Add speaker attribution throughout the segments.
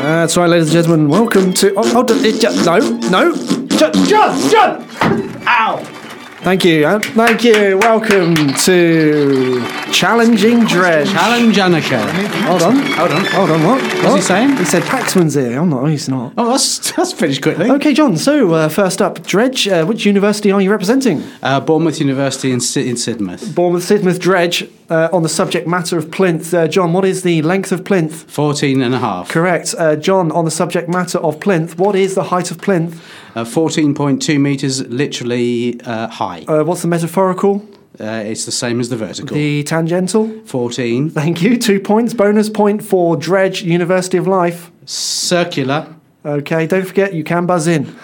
Speaker 1: That's right, ladies and gentlemen. Welcome to. Oh, hold on. It just, no, no. Shut, shut, shut. Ow. Thank you. Anne. Thank you. Welcome to Challenging Dredge.
Speaker 2: Alan Janica.
Speaker 1: Hold on. Hold on. Hold on. What? What's
Speaker 2: he saying?
Speaker 1: He said Paxman's here. I'm not. He's not.
Speaker 2: Oh, that's, that's finished quickly.
Speaker 1: Okay, John. So, uh, first up, Dredge. Uh, which university are you representing?
Speaker 2: Uh, Bournemouth University in, Sy- in Sidmouth.
Speaker 1: Bournemouth Sidmouth Dredge. Uh, on the subject matter of plinth, uh, John. What is the length of plinth?
Speaker 2: 14 and a half.
Speaker 1: Correct, uh, John. On the subject matter of plinth, what is the height of plinth?
Speaker 2: Uh, 14.2 metres literally uh, high.
Speaker 1: Uh, what's the metaphorical?
Speaker 2: Uh, it's the same as the vertical.
Speaker 1: The tangential.
Speaker 2: 14.
Speaker 1: Thank you. Two points. Bonus point for Dredge University of Life.
Speaker 2: Circular.
Speaker 1: Okay, don't forget you can buzz in.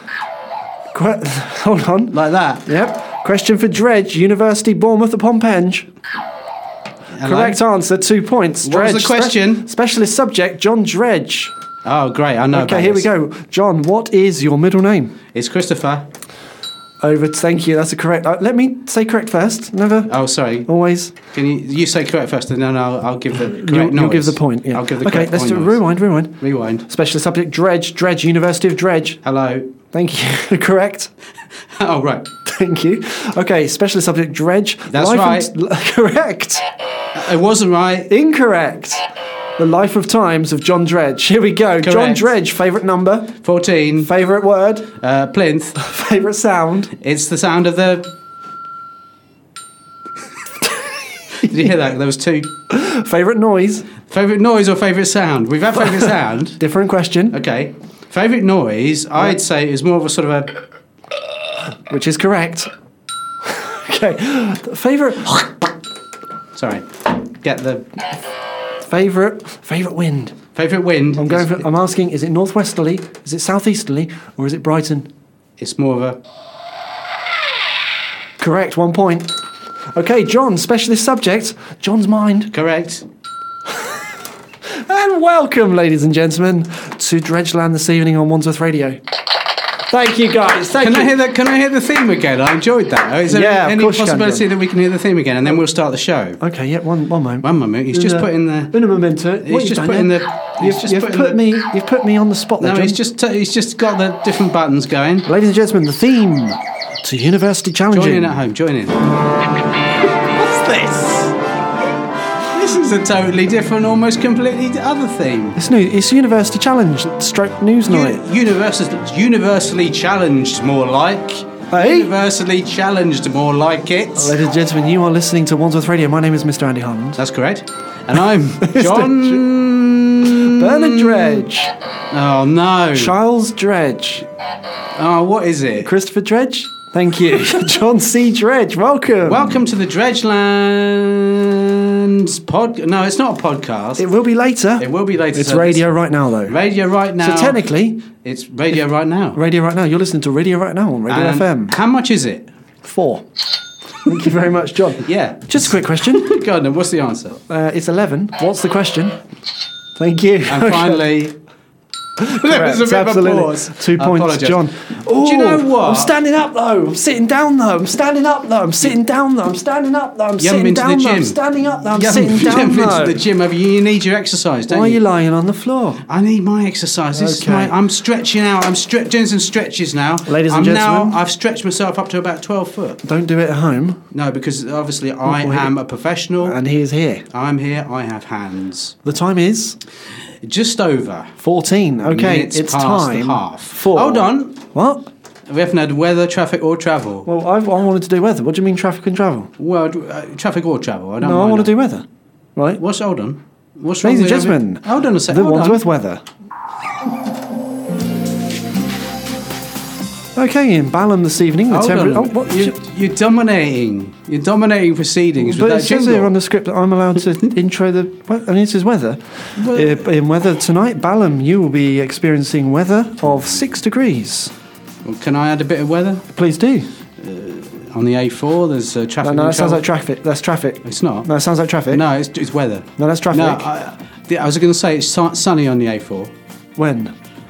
Speaker 1: Que- Hold on.
Speaker 2: Like that.
Speaker 1: Yep. Question for Dredge University Bournemouth upon Penge.
Speaker 2: Hello?
Speaker 1: Correct answer. Two points.
Speaker 2: What was
Speaker 1: Dredge.
Speaker 2: the question?
Speaker 1: spe- specialist subject John Dredge.
Speaker 2: Oh, great. I know.
Speaker 1: Okay,
Speaker 2: about
Speaker 1: here we
Speaker 2: this.
Speaker 1: go. John, what is your middle name?
Speaker 2: It's Christopher.
Speaker 1: Over. Thank you. That's a correct. Uh, let me say correct first. Never.
Speaker 2: Oh, sorry.
Speaker 1: Always.
Speaker 2: Can you you say correct first, and then I'll, I'll give the correct
Speaker 1: You'll, you'll
Speaker 2: noise.
Speaker 1: give the point. Yeah.
Speaker 2: I'll give the
Speaker 1: okay.
Speaker 2: correct
Speaker 1: Let's
Speaker 2: point
Speaker 1: do
Speaker 2: noise.
Speaker 1: rewind. Rewind.
Speaker 2: Rewind.
Speaker 1: Specialist subject Dredge. Dredge University of Dredge.
Speaker 2: Hello.
Speaker 1: Thank you. correct.
Speaker 2: Oh, right.
Speaker 1: Thank you. Okay, specialist subject dredge.
Speaker 2: That's
Speaker 1: of- correct.
Speaker 2: It wasn't right.
Speaker 1: Incorrect. The life of times of John Dredge. Here we go. John
Speaker 2: Correct.
Speaker 1: Dredge. Favorite number.
Speaker 2: 14.
Speaker 1: Favorite word.
Speaker 2: Uh, plinth.
Speaker 1: Favorite sound.
Speaker 2: It's the sound of the. Did you hear that? There was two.
Speaker 1: Favorite noise.
Speaker 2: Favorite noise or favorite sound? We've had favorite sound.
Speaker 1: Different question,
Speaker 2: Okay. Favorite noise, I'd say, is more of a sort of a.
Speaker 1: which is correct. okay. Favorite.
Speaker 2: Sorry. Get the
Speaker 1: Favorite. Favorite wind.
Speaker 2: favorite wind.
Speaker 1: I'm going. For, I'm asking. Is it northwesterly? Is it southeasterly? Or is it Brighton?
Speaker 2: It's more of a.
Speaker 1: Correct. One point. Okay, John. Specialist subject. John's mind.
Speaker 2: Correct.
Speaker 1: And welcome, ladies and gentlemen, to Dredgeland this evening on Wandsworth Radio. Thank you, guys. Thank
Speaker 2: Can
Speaker 1: you.
Speaker 2: I hear that? Can I hear the theme again? I enjoyed that. Is there
Speaker 1: Yeah, of
Speaker 2: any
Speaker 1: course you can,
Speaker 2: possibility
Speaker 1: John. Uh,
Speaker 2: that we can hear the theme again, and then we'll start the show?
Speaker 1: okay, yeah, one, one moment.
Speaker 2: One moment. He's just putting the.
Speaker 1: Been a memento.
Speaker 2: He's just putting the. He's
Speaker 1: You've,
Speaker 2: just
Speaker 1: you've
Speaker 2: putting
Speaker 1: put
Speaker 2: the-
Speaker 1: me. You've put me on the spot. There,
Speaker 2: No, he's
Speaker 1: John.
Speaker 2: just he's just got the different buttons going.
Speaker 1: Ladies and gentlemen, the theme to University
Speaker 2: Join
Speaker 1: Challenging.
Speaker 2: in at home. Join in. What's this? This is a totally different, almost completely d- other theme.
Speaker 1: It's new. It's University Challenge. Stroke news night.
Speaker 2: Uni- universal, universally challenged, more like.
Speaker 1: Hey?
Speaker 2: Universally challenged, more like it.
Speaker 1: Ladies and gentlemen, you are listening to Wandsworth Radio. My name is Mr. Andy Harland.
Speaker 2: That's correct. And I'm John.
Speaker 1: Bernard Dredge,
Speaker 2: Oh no.
Speaker 1: Charles Dredge,
Speaker 2: Oh, what is it?
Speaker 1: Christopher Dredge. Thank you, John C. Dredge. Welcome.
Speaker 2: Welcome to the Dredgelands pod. No, it's not a podcast.
Speaker 1: It will be later.
Speaker 2: It will be later.
Speaker 1: It's
Speaker 2: so this-
Speaker 1: radio right now, though.
Speaker 2: Radio right now.
Speaker 1: So technically,
Speaker 2: it's radio right now.
Speaker 1: radio right now. You're listening to radio right now on Radio
Speaker 2: And
Speaker 1: FM.
Speaker 2: How much is it?
Speaker 1: Four. Thank you very much, John.
Speaker 2: Yeah.
Speaker 1: Just a quick question.
Speaker 2: God, no, what's the answer?
Speaker 1: Uh, it's eleven. What's the question? Thank you.
Speaker 2: And finally, there was a bit
Speaker 1: absolutely.
Speaker 2: of a pause.
Speaker 1: Two
Speaker 2: I
Speaker 1: points,
Speaker 2: apologise.
Speaker 1: John.
Speaker 2: Do you know
Speaker 1: Ooh,
Speaker 2: what?
Speaker 1: I'm standing up though. I'm sitting down though. I'm standing up though. I'm sitting down though. I'm standing up though. I'm
Speaker 2: You
Speaker 1: sitting
Speaker 2: haven't been to the
Speaker 1: down though. I'm
Speaker 2: gym.
Speaker 1: standing up though. I'm
Speaker 2: you haven't-
Speaker 1: sitting
Speaker 2: you
Speaker 1: down
Speaker 2: haven't been to
Speaker 1: though.
Speaker 2: the gym, have you? You need your exercise, don't
Speaker 1: Why are you lying on the floor?
Speaker 2: I need my exercise. This is
Speaker 1: Okay.
Speaker 2: my, I'm stretching out. I'm stre- doing some stretches now.
Speaker 1: Ladies
Speaker 2: I'm
Speaker 1: and
Speaker 2: Now,
Speaker 1: gentlemen.
Speaker 2: I've stretched myself up to about 12 foot.
Speaker 1: Don't do it at home.
Speaker 2: No, because obviously I
Speaker 1: Wait.
Speaker 2: am a professional.
Speaker 1: And he is here.
Speaker 2: I'm here. I have hands.
Speaker 1: The time is
Speaker 2: Just over.
Speaker 1: 14. Okay,
Speaker 2: Minutes
Speaker 1: it's
Speaker 2: past the
Speaker 1: time.
Speaker 2: half.
Speaker 1: For
Speaker 2: Hold on.
Speaker 1: What?
Speaker 2: We haven't had weather, traffic, or travel.
Speaker 1: Well, I've, I wanted to do weather. What do you mean traffic and travel?
Speaker 2: Well, d- uh, traffic or travel. I don't
Speaker 1: No, I
Speaker 2: mind
Speaker 1: want to
Speaker 2: that.
Speaker 1: do weather. Right?
Speaker 2: What's hold on? What's wrong
Speaker 1: Ladies and
Speaker 2: with having-
Speaker 1: gentlemen,
Speaker 2: Hold on a
Speaker 1: the
Speaker 2: second. Hold on.
Speaker 1: Wandsworth weather. Okay, in Balham this evening, the Oh,
Speaker 2: Hold
Speaker 1: temperature.
Speaker 2: on. you, you're dominating. You're dominating proceedings
Speaker 1: But
Speaker 2: with
Speaker 1: it
Speaker 2: that
Speaker 1: says
Speaker 2: jingle.
Speaker 1: here on the script that I'm allowed to intro the. Well, and this is weather.
Speaker 2: Well-
Speaker 1: Uh, in weather tonight, Balham, you will be experiencing weather of six degrees.
Speaker 2: Well, can I add a bit of weather
Speaker 1: Please do.
Speaker 2: on the A4? There's uh,
Speaker 1: No,
Speaker 2: traffic.
Speaker 1: no,
Speaker 2: and
Speaker 1: that sounds
Speaker 2: travel.
Speaker 1: like traffic. That's traffic.
Speaker 2: It's not.
Speaker 1: No, that sounds like traffic.
Speaker 2: No, it's, it's weather.
Speaker 1: No, that's traffic.
Speaker 2: No, I, the- I was going to say it's su- sunny on the A4
Speaker 1: When?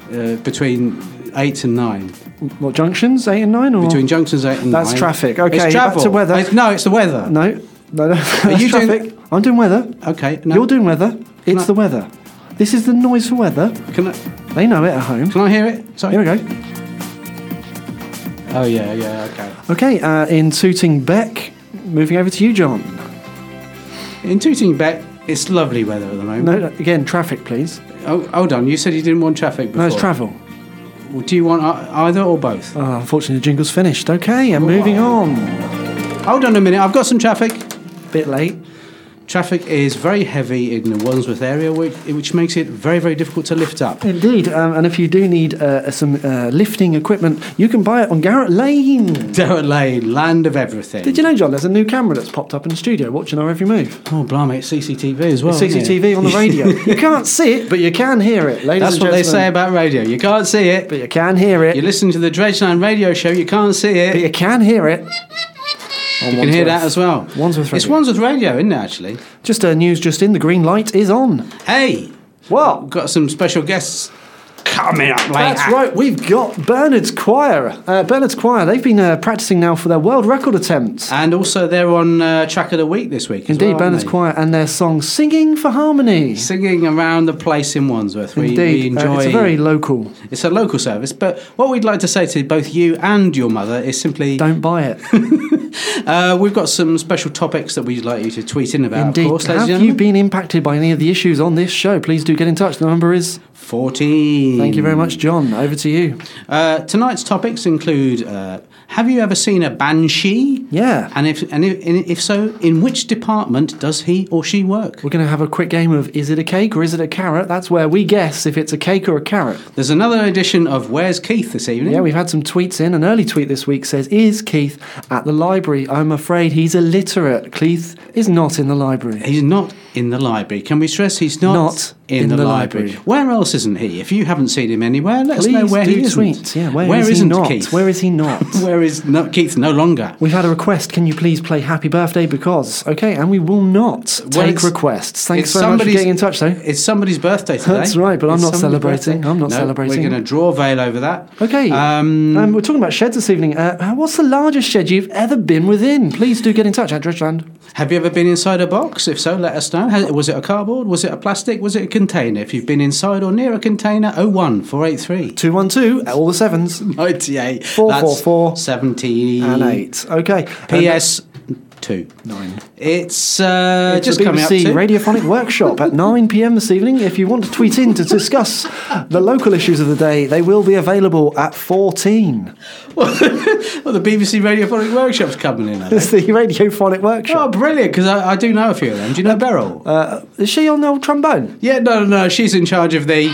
Speaker 2: uh, between eight and nine.
Speaker 1: What junctions? Eight and nine, or
Speaker 2: Between junctions eight and nine.
Speaker 1: That's traffic. Okay, back
Speaker 2: it's
Speaker 1: to
Speaker 2: travel.
Speaker 1: weather.
Speaker 2: It's- no, it's the weather.
Speaker 1: No, no, no. That's
Speaker 2: you doing-
Speaker 1: traffic. I'm doing weather.
Speaker 2: Okay. No.
Speaker 1: You're doing weather. It's
Speaker 2: I-
Speaker 1: the weather. This is the noise for weather.
Speaker 2: Can I,
Speaker 1: They know it at home.
Speaker 2: Can I hear it? Sorry.
Speaker 1: Here we go.
Speaker 2: Oh yeah, yeah, okay.
Speaker 1: Okay, uh, in Tooting Beck, moving over to you, John.
Speaker 2: In Tooting Beck, it's lovely weather at the moment.
Speaker 1: No, no, again, traffic, please.
Speaker 2: Oh, hold on. You said you didn't want traffic before.
Speaker 1: No, it's travel.
Speaker 2: Well, Do you want ei- either or both?
Speaker 1: Oh, unfortunately, the jingle's finished. Okay, and moving on.
Speaker 2: Hold on a minute. I've got some traffic.
Speaker 1: Bit late.
Speaker 2: Traffic is very heavy in the Wandsworth area, which, which makes it very, very difficult to lift up.
Speaker 1: Indeed, um, and if you do need uh, some uh, lifting equipment, you can buy it on Garrett Lane.
Speaker 2: Derek Lane, land of everything.
Speaker 1: Did you know, John, there's a new camera that's popped up in the studio watching our every move?
Speaker 2: Oh, blimey, it's CCTV as well. isn't it?
Speaker 1: CCTV on the radio. you can't see it, but you can hear it, ladies
Speaker 2: That's
Speaker 1: and
Speaker 2: what they
Speaker 1: gentlemen.
Speaker 2: say about radio. You can't see it.
Speaker 1: But you can hear
Speaker 2: You
Speaker 1: it.
Speaker 2: listen to the Dredgeline radio show, you can't see
Speaker 1: But
Speaker 2: it.
Speaker 1: you can hear it.
Speaker 2: You can hear that as well.
Speaker 1: Wandsworth
Speaker 2: It's
Speaker 1: Radio.
Speaker 2: Wandsworth radio, isn't it, actually?
Speaker 1: Just uh, news just in, the green light is on.
Speaker 2: Hey,
Speaker 1: Well,
Speaker 2: we've got some special guests coming up later.
Speaker 1: that's right, we've got Bernard's Choir. Uh, Bernard's Choir, they've been uh, practicing now for their world record attempts.
Speaker 2: And also, they're on uh, Track of the Week this week. as
Speaker 1: Indeed,
Speaker 2: well, aren't
Speaker 1: Bernard's
Speaker 2: they?
Speaker 1: Choir and their song Singing for Harmony.
Speaker 2: Singing around the place in Wandsworth. We,
Speaker 1: Indeed,
Speaker 2: we
Speaker 1: uh,
Speaker 2: enjoy
Speaker 1: it's a very local.
Speaker 2: It's a local service, but what we'd like to say to both you and your mother is simply
Speaker 1: Don't buy it.
Speaker 2: uh, we've got some special topics that we'd like you to tweet in about,
Speaker 1: Indeed.
Speaker 2: of course, ladies
Speaker 1: Have
Speaker 2: and
Speaker 1: you
Speaker 2: gentlemen.
Speaker 1: been impacted by any of the issues on this show? Please do get in touch. The number is.
Speaker 2: 14.
Speaker 1: Thank you very much, John. Over to you.
Speaker 2: Uh, tonight's topics include uh, Have you ever seen a banshee?
Speaker 1: Yeah.
Speaker 2: And if, and if, and if so, in which department does he or she work?
Speaker 1: We're going to have a quick game of Is it a cake or is it a carrot? That's where we guess if it's a cake or a carrot.
Speaker 2: There's another edition of Where's Keith this evening?
Speaker 1: Yeah, we've had some tweets in. An early tweet this week says, Is Keith at the library? I'm afraid he's illiterate. Keith is not in the library.
Speaker 2: He's not in the library. Can we stress he's not,
Speaker 1: Not
Speaker 2: in, the, library. Where else isn't he? If you haven't seen him anywhere, let us
Speaker 1: Please
Speaker 2: know where
Speaker 1: do
Speaker 2: he is.
Speaker 1: tweet. Yeah, where
Speaker 2: where
Speaker 1: is he
Speaker 2: isn't
Speaker 1: not?
Speaker 2: Keith?
Speaker 1: Where is he not?
Speaker 2: Where is no, Keith no longer?
Speaker 1: We've had a request. Can you please play Happy Birthday because? Okay, and we will not take
Speaker 2: it's-
Speaker 1: requests. Thanks
Speaker 2: it's
Speaker 1: very much for
Speaker 2: somebody's-
Speaker 1: getting in touch, though.
Speaker 2: It's somebody's birthday today.
Speaker 1: That's right, but I'm
Speaker 2: It's
Speaker 1: not
Speaker 2: somebody's
Speaker 1: celebrating.
Speaker 2: birthday.
Speaker 1: I'm not
Speaker 2: No,
Speaker 1: celebrating.
Speaker 2: We're going to draw a veil over that.
Speaker 1: Okay.
Speaker 2: Um,
Speaker 1: Um, we're talking about sheds this evening. Uh, what's the largest shed you've ever been within? Please do get in touch at Dredgeland.
Speaker 2: Have you ever been inside a box? If so, let us know. Has, was it a cardboard? Was it a plastic? Was it a container? If you've been inside or near a container, 01 483
Speaker 1: 212, all the sevens.
Speaker 2: 98
Speaker 1: Four, four, four,
Speaker 2: 17
Speaker 1: And eight. Okay.
Speaker 2: PS two nine. It's, uh,
Speaker 1: It's
Speaker 2: just
Speaker 1: the
Speaker 2: coming up
Speaker 1: BBC
Speaker 2: to
Speaker 1: Radiophonic Workshop at 9 pm this evening. If you want to tweet in to discuss the local issues of the day, they will be available at 14.
Speaker 2: well, the BBC Radiophonic Workshop's coming in. I think.
Speaker 1: It's the Radiophonic Workshop.
Speaker 2: Oh, brilliant! Because I, I do know a few of them. Do you know Beryl?
Speaker 1: Uh, is she on the old trombone?
Speaker 2: yeah, no, no, no. She's in charge of the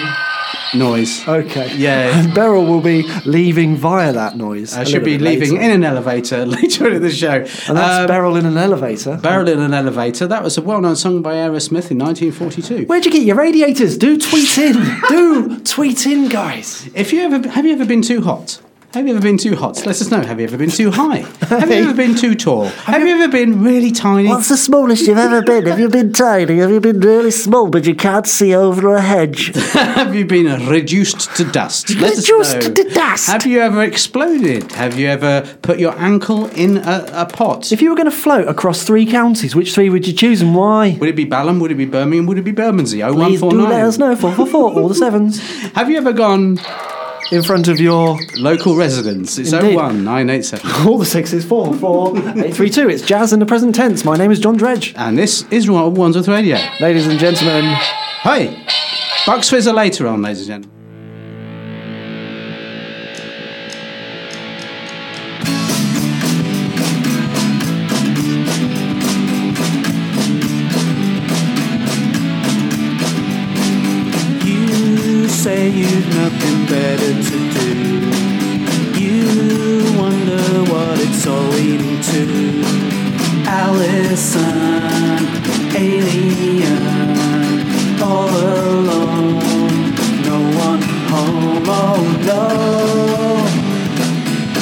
Speaker 2: noise.
Speaker 1: Okay.
Speaker 2: Yeah.
Speaker 1: And Beryl will be leaving via that noise.
Speaker 2: I
Speaker 1: a
Speaker 2: should
Speaker 1: little
Speaker 2: Uh, be
Speaker 1: bit
Speaker 2: leaving
Speaker 1: later.
Speaker 2: in an elevator later in the show.
Speaker 1: And that's
Speaker 2: Um,
Speaker 1: Beryl in an elevator.
Speaker 2: Barrel in an Elevator. That was a well known song by Aerosmith in 1942.
Speaker 1: Where'd you get your radiators? Do tweet in. Do tweet in, guys.
Speaker 2: If you ever have you ever been too hot? Have you ever been too hot? Let us know. Have you ever been too high? Have you ever been too tall? Have you ever been really tiny?
Speaker 3: What's the smallest you've ever been? Have you been tiny? Have you been really small but you can't see over a hedge?
Speaker 2: have you been reduced to dust? Let us
Speaker 3: Reduced to
Speaker 2: know.
Speaker 3: dust.
Speaker 2: Have you ever exploded? Have you ever put your ankle in a, a pot?
Speaker 1: If you were going to float across three counties, which three would you choose and why?
Speaker 2: Would it be Balham? Would it be Birmingham? Would it be Bermondsey?
Speaker 1: Please do let us
Speaker 2: 0149.
Speaker 1: know. Four four four. All the sevens
Speaker 2: Have you ever gone
Speaker 1: in front of your
Speaker 2: local residence? It's
Speaker 1: Indeed.
Speaker 2: 01987.
Speaker 1: all the sixes. Four four eight three two. It's jazz in the present tense. My name is John Dredge.
Speaker 2: And this is Wandsworth Radio.
Speaker 1: Ladies and gentlemen,
Speaker 2: Hey, Bucks Fizz are later on, ladies and gentlemen.
Speaker 4: You say you've nothing better to do. You wonder what it's all leading to. Allison, alien, all alone. No one home, oh no.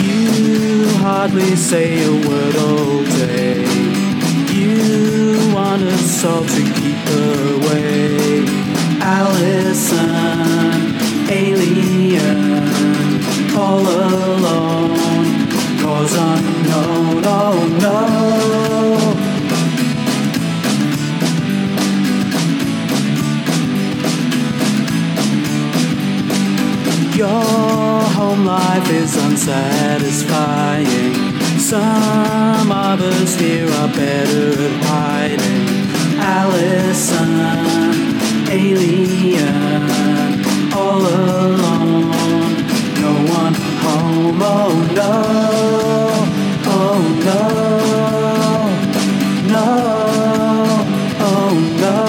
Speaker 4: You hardly say a word all day. You want us all to keep away. Allison, alien, all alone. Cause unknown, oh no. home life is unsatisfying. Some others here are better at hiding. Allison, alien, all alone. No one home, oh no, oh no, no, oh no.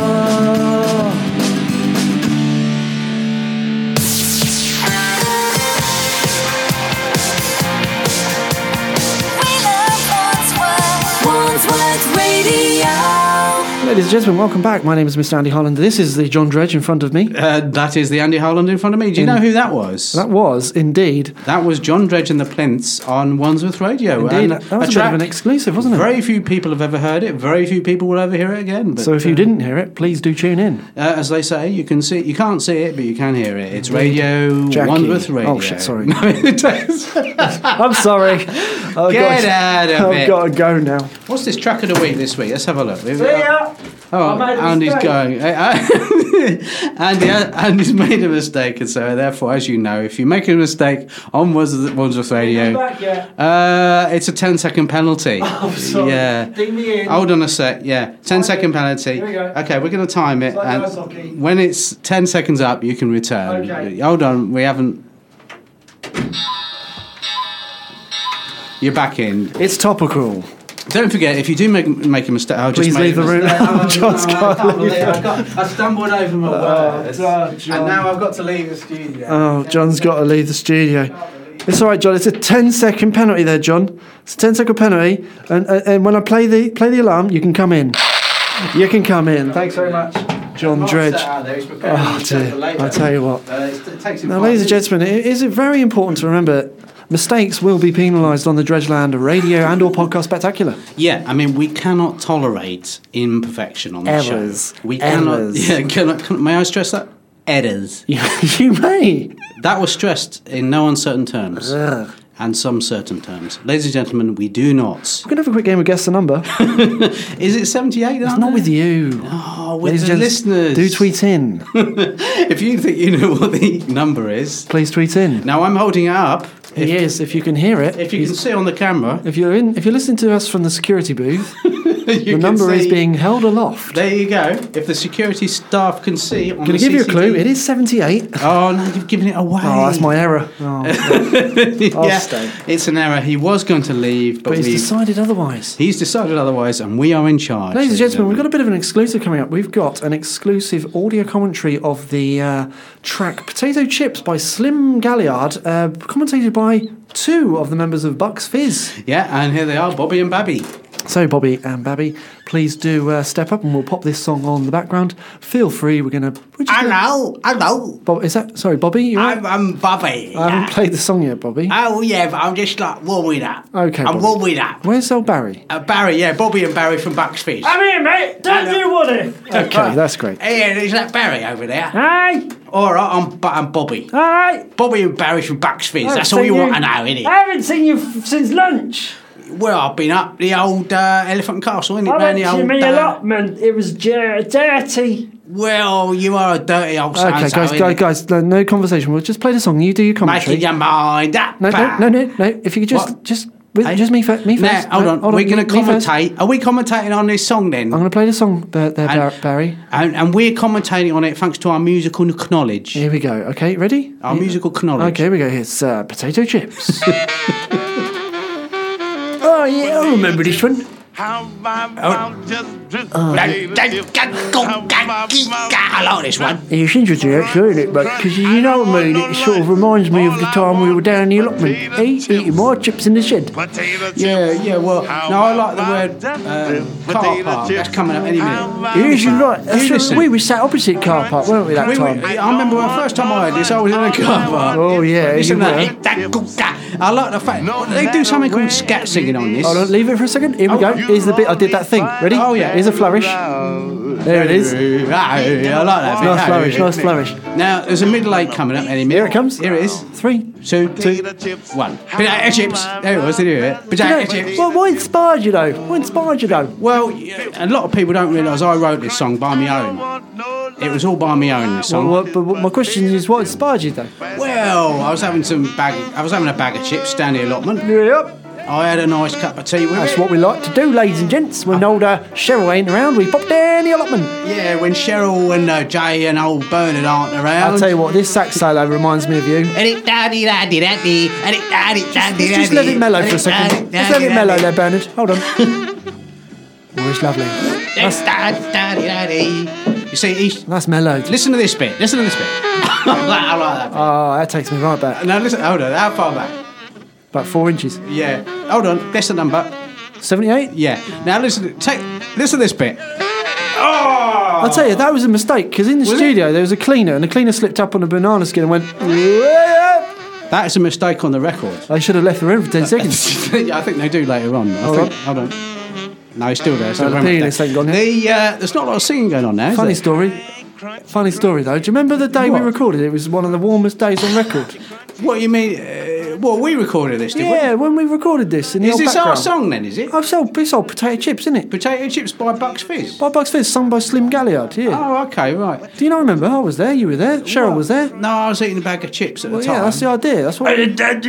Speaker 5: We love Wandsworth, Wandsworth Radio.
Speaker 1: Ladies and gentlemen, welcome back. My name is Mr. Andy Holland. This is the John Dredge in front of me.
Speaker 2: Uh, that is the Andy Holland in front of me. Do you know who that was?
Speaker 1: That was indeed,
Speaker 2: That was John Dredge and the Plinths on Wandsworth Radio.
Speaker 1: indeed,
Speaker 2: and
Speaker 1: that was a, bit
Speaker 2: track-
Speaker 1: of an exclusive, wasn't it?
Speaker 2: Very few people have ever heard it. Very few people will ever hear it again. But,
Speaker 1: so if you
Speaker 2: uh,
Speaker 1: didn't hear it, please do tune in.
Speaker 2: uh, as they say, you can see, you can't see it, but you can hear it. It's Radio
Speaker 1: Jackie.
Speaker 2: Wandsworth Radio.
Speaker 1: Oh, shit, sorry.
Speaker 2: No, it does.
Speaker 1: I'm sorry. Oh,
Speaker 2: Get out of
Speaker 1: I've
Speaker 2: it.
Speaker 1: got to go now.
Speaker 2: What's this track of the week this week? Let's have a look. See Oh,
Speaker 1: I made a
Speaker 2: Andy's
Speaker 1: mistake.
Speaker 2: going. Eh, eh, Andy, Andy's made a mistake, and so therefore, as you know, if you make a mistake on Wandsworth Wandsworth Radio, uh, it's a 10 second penalty. Oh,
Speaker 1: sorry.
Speaker 2: Yeah.
Speaker 1: Ding me in.
Speaker 2: Hold on a sec. Yeah, 10 second penalty.
Speaker 1: Here we go.
Speaker 2: Okay, we're going to time it,
Speaker 1: like
Speaker 2: and
Speaker 1: ice hockey.
Speaker 2: when it's 10 seconds up, you can return.
Speaker 1: Okay.
Speaker 2: Hold on, we haven't. You're back in.
Speaker 1: It's topical.
Speaker 2: Don't forget, if you do make make a mistake, I'll
Speaker 1: Please
Speaker 2: just make
Speaker 1: leave
Speaker 2: a
Speaker 1: the room.
Speaker 2: mistake.
Speaker 1: I
Speaker 2: Oh,
Speaker 1: just
Speaker 2: no,
Speaker 1: can't
Speaker 2: I can't
Speaker 1: leave.
Speaker 2: believe I, got, I stumbled over my words,
Speaker 1: oh,
Speaker 2: and
Speaker 1: John.
Speaker 2: now I've got to leave the studio.
Speaker 1: Oh, John's got to leave the studio. It's all right, John. It's a 10 second penalty there, John. It's a 10 second penalty, and and and when I play the play the alarm, you can come in. You can come in. Thanks very much, John
Speaker 2: Mark's
Speaker 1: Dredge.
Speaker 2: sat out there, he's preparing
Speaker 1: Oh
Speaker 2: himself
Speaker 1: dear.
Speaker 2: for later.
Speaker 1: I tell you what.
Speaker 2: Uh, it's- it takes him
Speaker 1: Now,
Speaker 2: five
Speaker 1: ladies and
Speaker 2: minutes.
Speaker 1: gentlemen, it is very important to remember mistakes will be penalised on the Dredgeland radio and or podcast spectacular.
Speaker 2: Yeah, I mean, we cannot tolerate imperfection on the
Speaker 3: Errors.
Speaker 2: show. We
Speaker 3: Errors.
Speaker 2: cannot. Yeah, cannot, can, may I stress that? Errors.
Speaker 1: you may.
Speaker 2: That was stressed in no uncertain terms. And some certain terms. Ladies and gentlemen, we do not.
Speaker 1: We're gonna have a quick game of guess the number.
Speaker 2: Is it 78?
Speaker 1: It's not with you.
Speaker 2: Oh, with
Speaker 1: Ladies
Speaker 2: the
Speaker 1: and gents,
Speaker 2: listeners.
Speaker 1: Do tweet in.
Speaker 2: If you think you know what the number is.
Speaker 1: Please tweet in.
Speaker 2: Now I'm holding it up. If,
Speaker 1: He is, if you can hear it.
Speaker 2: if you can see on the camera,
Speaker 1: If you're in, if you're listening to us from the security booth,
Speaker 2: you
Speaker 1: the
Speaker 2: can
Speaker 1: number is
Speaker 2: see-
Speaker 1: being held aloft.
Speaker 2: There you go. If the security staff can see on
Speaker 1: Going to
Speaker 2: the
Speaker 1: give you a
Speaker 2: CCTV
Speaker 1: clue. It is 78.
Speaker 2: Oh no, you've given it away.
Speaker 1: Oh, that's my error. Oh, but I'll
Speaker 2: yeah,
Speaker 1: stay.
Speaker 2: It's an error. He was going to leave, but,
Speaker 1: he's
Speaker 2: we've-
Speaker 1: decided otherwise.
Speaker 2: he's decided otherwise, and we are in charge.
Speaker 1: Ladies and gentlemen, we've got a bit of an exclusive coming up. We've got an exclusive audio commentary of the uh, track "Potato Chips" by Slim Galliard, uh, commentated by two of the members of Bucks Fizz.
Speaker 2: Yeah, and here they are, Bobby and Babby.
Speaker 1: So, Bobby and Babby, please do uh, step up, and we'll pop this song on the background. Feel free. We're gonna. we're just gonna-
Speaker 2: Hello, hello.
Speaker 1: Bob, is that sorry, Bobby? You all right?
Speaker 2: I'm Bobby.
Speaker 1: I haven't played the song yet, Bobby.
Speaker 2: Oh yeah, but I'm just like warming up.
Speaker 1: Okay, Bobby.
Speaker 2: warming up.
Speaker 1: Where's old Barry?
Speaker 2: Uh, Barry, yeah, Bobby and Barry from Bucks Fizz.
Speaker 1: here, mate. Don't do what it. Okay, that's great.
Speaker 2: Hey, is that Barry over there?
Speaker 1: Hey,
Speaker 2: All right, I'm, Bo- I'm Bobby.
Speaker 1: all right.
Speaker 2: Bobby and Barry from Bucks Fizz. That's
Speaker 1: Oh, So
Speaker 2: all you, want to know, innit?
Speaker 1: haven't seen you f- since lunch.
Speaker 2: Well, I've been up the old uh, Elephant Castle, innit,
Speaker 1: I
Speaker 2: man?
Speaker 1: went
Speaker 2: The
Speaker 1: to
Speaker 2: old,
Speaker 1: your
Speaker 2: uh,
Speaker 1: allotment. It was j- dirty.
Speaker 2: Well, you are a dirty old son.
Speaker 1: Okay,
Speaker 2: so
Speaker 1: guys,
Speaker 2: innit?
Speaker 1: guys, guys, no, no conversation. We'll just play the song. You do your commentary.
Speaker 2: Making your mind up.
Speaker 1: no, no,
Speaker 2: pal.
Speaker 1: no, no, no. If you could just,
Speaker 2: What?
Speaker 1: just, with,
Speaker 2: Hey?
Speaker 1: just me, fir- me
Speaker 2: Now,
Speaker 1: first.
Speaker 2: hold
Speaker 1: No,
Speaker 2: on. We're going to
Speaker 1: me- me first.
Speaker 2: commentate. Are we commentating on this song then?
Speaker 1: I'm going to play the song there, there
Speaker 2: And-
Speaker 1: Bar- Barry.
Speaker 2: And, and we're commentating on it thanks to our musical knowledge.
Speaker 1: Here we go. Okay, ready?
Speaker 2: Our musical knowledge.
Speaker 1: Okay, here we go. Here's uh, potato chips. oh yeah, I remember this one.
Speaker 6: How my
Speaker 1: Oh.
Speaker 6: mouth just drips,
Speaker 2: Uh,
Speaker 6: baby, drips.
Speaker 2: I like this one.
Speaker 1: It's interesting actually, isn't it? But because you know what I mean, it sort of reminds me of the time we were down in the allotment, eh, eating my chips in the shed.
Speaker 6: Potato chips.
Speaker 2: Yeah, yeah, well,
Speaker 6: How
Speaker 2: no, I
Speaker 6: my
Speaker 2: like the
Speaker 6: mouth
Speaker 2: word
Speaker 6: just
Speaker 2: uh,
Speaker 6: drips,
Speaker 2: car
Speaker 6: potato
Speaker 2: park.
Speaker 6: chips.
Speaker 2: That's coming up any
Speaker 6: How
Speaker 2: minute.
Speaker 6: my
Speaker 1: Yes, you're
Speaker 6: mouth-
Speaker 1: right. That's
Speaker 2: You
Speaker 1: right.
Speaker 2: listen.
Speaker 1: We were sat opposite car park, weren't we, that
Speaker 2: We- we-
Speaker 1: time?
Speaker 2: I remember the first time I heard this, I was in a car park.
Speaker 1: Oh yeah, you
Speaker 2: Listen to
Speaker 1: were.
Speaker 2: that. I like the fact they do something called scat singing on this.
Speaker 1: Hold on, leave it for a second. Here we go. Here's the bit I did that thing. Ready?
Speaker 2: Oh, yeah.
Speaker 1: Here's a flourish. There it is.
Speaker 2: I like
Speaker 1: Nice
Speaker 2: that. bit.
Speaker 1: flourish. Nice flourish.
Speaker 2: Now there's a middle eight coming up any minute.
Speaker 1: Here it comes.
Speaker 2: Here it is.
Speaker 1: Three.
Speaker 2: Two, two,
Speaker 6: Potato chips.
Speaker 2: one. Potato chips. There it was. Did you hear it?
Speaker 1: You
Speaker 2: Potato
Speaker 1: know,
Speaker 2: chips.
Speaker 1: what, what inspired you though? What inspired you though?
Speaker 2: Well, yeah, a lot of people don't realise I wrote this song by my own.
Speaker 6: Want no
Speaker 2: It was all by my own. This song.
Speaker 1: Well, what, but what- my question is, what inspired you though?
Speaker 2: Well, I was having some bag. I was having a bag of chips down the allotment.
Speaker 1: Yep.
Speaker 2: I had a nice cup of tea with
Speaker 1: That's
Speaker 2: it.
Speaker 1: what we like to do, ladies and gents. When older Cheryl ain't around, we pop down the allotment.
Speaker 2: Yeah, when Cheryl and uh, Jay and old Bernard aren't around.
Speaker 1: I'll tell you what, this sax solo reminds me of you.
Speaker 2: And it daddy daddy daddy and it daddy daddy.
Speaker 1: Let's just let it mellow for a second. Just let it mellow there, Bernard. Hold on. oh, it's lovely. That's,
Speaker 2: You see, he's,
Speaker 1: that's mellowed.
Speaker 2: listen to this bit. Listen to this bit. I like, I like that
Speaker 1: Oh, that takes me right back.
Speaker 2: bit. Now listen. Hold on. How far back?
Speaker 1: About four inches.
Speaker 2: Yeah. Hold on. That's the number.
Speaker 1: 78?
Speaker 2: Yeah. Now listen. Take. Listen to this bit.
Speaker 1: I'll tell you, that was a mistake because in the
Speaker 2: Was it?
Speaker 1: studio there was a cleaner and the cleaner slipped up on a banana skin and went, "Whoa!"
Speaker 2: That is a mistake on the record.
Speaker 1: They should have left the room for 10 seconds.
Speaker 2: Yeah, I think they do later on. I
Speaker 1: Hold
Speaker 2: think, hold on. No, he's still there. it's
Speaker 1: Oh,
Speaker 2: not
Speaker 1: the
Speaker 2: very much
Speaker 1: pianist
Speaker 2: there.
Speaker 1: ain't gone yet.
Speaker 2: The, uh, there's not a lot of singing going on now. is
Speaker 1: Funny
Speaker 2: there?
Speaker 1: story. Funny story though. Do you remember the day
Speaker 2: What?
Speaker 1: we recorded? It was one of the warmest days on record.
Speaker 2: What do you mean? Uh, well, we recorded this, did
Speaker 1: yeah, when we recorded this in the
Speaker 2: we? Is
Speaker 1: old
Speaker 2: this
Speaker 1: background.
Speaker 2: our song then? Is it?
Speaker 1: I've sold, it's old potato chips, isn't it?
Speaker 2: Potato chips by Bucks Fizz.
Speaker 1: By Bugs Fizz, sung by Slim Galliard. Yeah.
Speaker 2: Oh, okay, right.
Speaker 1: Do you not remember? I was there. You were there. Cheryl was there.
Speaker 2: No, I was eating a bag of chips at
Speaker 1: Well,
Speaker 2: the time.
Speaker 1: yeah, that's Mm. the idea. That's what.
Speaker 2: I like that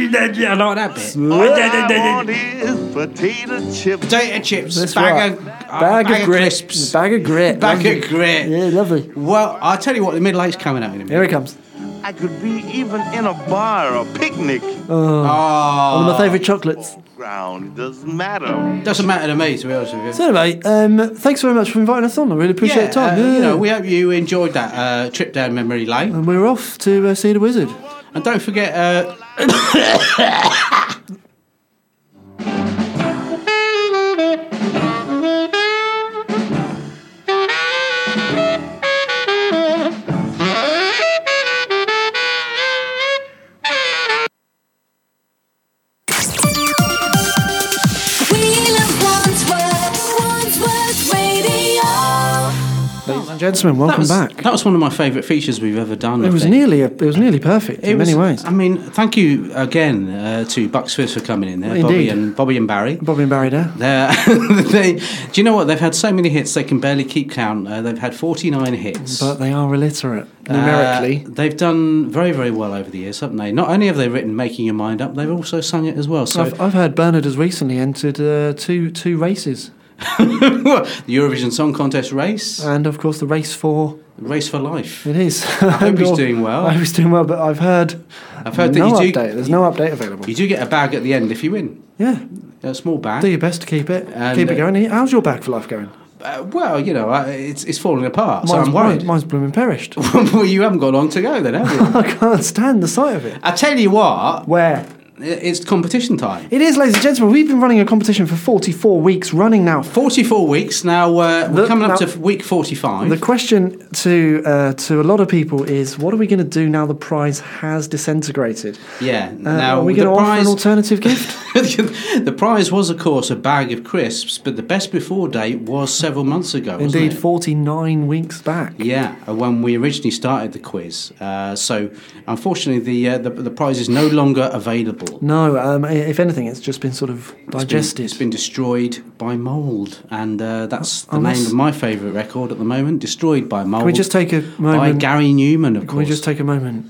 Speaker 2: bit.
Speaker 6: I want is potato chips.
Speaker 2: Potato chips,
Speaker 1: That's
Speaker 2: bag
Speaker 1: right.
Speaker 2: of uh,
Speaker 1: Bag, of grits.
Speaker 2: crisps,
Speaker 1: Bag of grit.
Speaker 2: bag
Speaker 1: lovely.
Speaker 2: of grit.
Speaker 1: Yeah, lovely.
Speaker 2: Well, I'll tell you what, the middle eight's coming out in a minute.
Speaker 1: Here it comes.
Speaker 6: I could be even in a bar or picnic.
Speaker 1: One of my
Speaker 2: Oh,
Speaker 1: favourite chocolates.
Speaker 6: Ground it doesn't matter.
Speaker 2: doesn't matter to me, to be honest with you.
Speaker 1: So anyway, um, thanks very much for inviting us on. I really appreciate the time.
Speaker 2: uh,
Speaker 1: Yeah. Oh.
Speaker 2: You know, we hope you enjoyed that uh, trip down memory lane.
Speaker 1: and we're off to uh, see the wizard.
Speaker 2: And don't forget, uh,
Speaker 5: We love Wandsworth, Wandsworth Radio.
Speaker 1: Ladies and gentlemen,
Speaker 2: that,
Speaker 1: welcome
Speaker 2: was,
Speaker 1: back.
Speaker 2: that was one of my favourite features we've ever done. I
Speaker 1: it was
Speaker 2: think.
Speaker 1: nearly a, it was nearly perfect in
Speaker 2: was-
Speaker 1: many ways.
Speaker 2: I mean, thank you again uh, to Bucks Fizz for coming in there, Bobby
Speaker 1: Indeed.
Speaker 2: and Bobby and Barry.
Speaker 1: Bobby and Barry there.
Speaker 2: They're- they, do you know what? They've had so many hits they can barely keep count. Uh, they've had 49 hits.
Speaker 1: But they are illiterate
Speaker 2: Uh,
Speaker 1: numerically.
Speaker 2: they've done very, very well over the years, haven't they? Not only have they written Making Your Mind Up, they've also sung it as well. So
Speaker 1: I've, I've heard Bernard has recently entered uh, two two races,
Speaker 2: the Eurovision Song Contest race,
Speaker 1: and of course the race for
Speaker 2: Race for Life.
Speaker 1: it is. I
Speaker 2: hope he's doing well.
Speaker 1: I hope he's doing well, but I've heard
Speaker 2: I've heard that
Speaker 1: no
Speaker 2: you do-
Speaker 1: update. There's no update available.
Speaker 2: You do get a bag at the end if you win.
Speaker 1: yeah,
Speaker 2: A small bag.
Speaker 1: do your best to keep it
Speaker 2: And,
Speaker 1: keep it
Speaker 2: uh,
Speaker 1: going. How's your bag for life going?
Speaker 2: Uh, well, you know, I, it's, it's falling apart, so
Speaker 1: mine's,
Speaker 2: I'm worried.
Speaker 1: Mine's blooming perished.
Speaker 2: well, you haven't got long to go then, have you?
Speaker 1: I can't stand the sight of it.
Speaker 2: I tell you what,
Speaker 1: Where?
Speaker 2: i- it's competition time.
Speaker 1: It is, ladies and gentlemen. We've been running a competition for 44 weeks running now.
Speaker 2: 44 weeks, now uh, we're
Speaker 1: The-
Speaker 2: coming up
Speaker 1: now-
Speaker 2: to week 45.
Speaker 1: The question to uh, to a lot of people is, what are we going to do now the prize has disintegrated?
Speaker 2: yeah,
Speaker 1: Uh,
Speaker 2: now
Speaker 1: are we
Speaker 2: the
Speaker 1: going to offer an
Speaker 2: prize.
Speaker 1: alternative gift?
Speaker 2: the prize was, of course, a bag of crisps, but the best before date was several months ago. wasn't
Speaker 1: Indeed,
Speaker 2: it?
Speaker 1: 49 weeks back.
Speaker 2: Yeah, uh, when we originally started the quiz. Uh, so, unfortunately, the, uh, the the prize is no longer available.
Speaker 1: No, um, i- if anything, it's just been sort of
Speaker 2: It's been-
Speaker 1: digested.
Speaker 2: It's been destroyed by mold, and uh, that's the
Speaker 1: Oh,
Speaker 2: name
Speaker 1: that's-
Speaker 2: of my favourite record at the moment. Destroyed by mold.
Speaker 1: Can we just take a
Speaker 2: by
Speaker 1: moment?
Speaker 2: Gary Newman, of
Speaker 1: Can we
Speaker 2: course.
Speaker 1: just take a moment?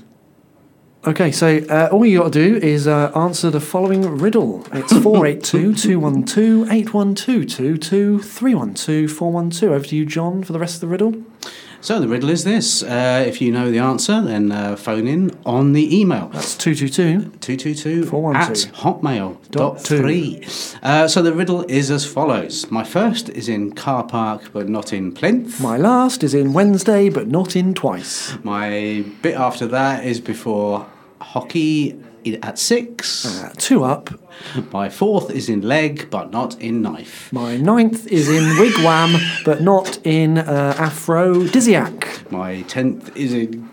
Speaker 1: Okay, so uh, all you got to do is uh, answer the following riddle. It's 482 212 8122 2312 412. Over to you, John, for the rest of the riddle.
Speaker 2: so the riddle is this: uh, if you know the answer, then uh, phone in on the email.
Speaker 1: It's 222.
Speaker 2: 222 at
Speaker 1: 412. Dot
Speaker 2: hotmail dot
Speaker 1: two.
Speaker 2: three. Uh, so the riddle is as follows. My first is in car park, but not in plinth.
Speaker 1: My last is in Wednesday, but not in twice.
Speaker 2: My bit after that is before hockey i- at six.
Speaker 1: Uh, two up.
Speaker 2: My fourth is in leg, but not in knife.
Speaker 1: My ninth is in Wigwam, but not in uh, Aphrodisiac.
Speaker 2: My tenth is in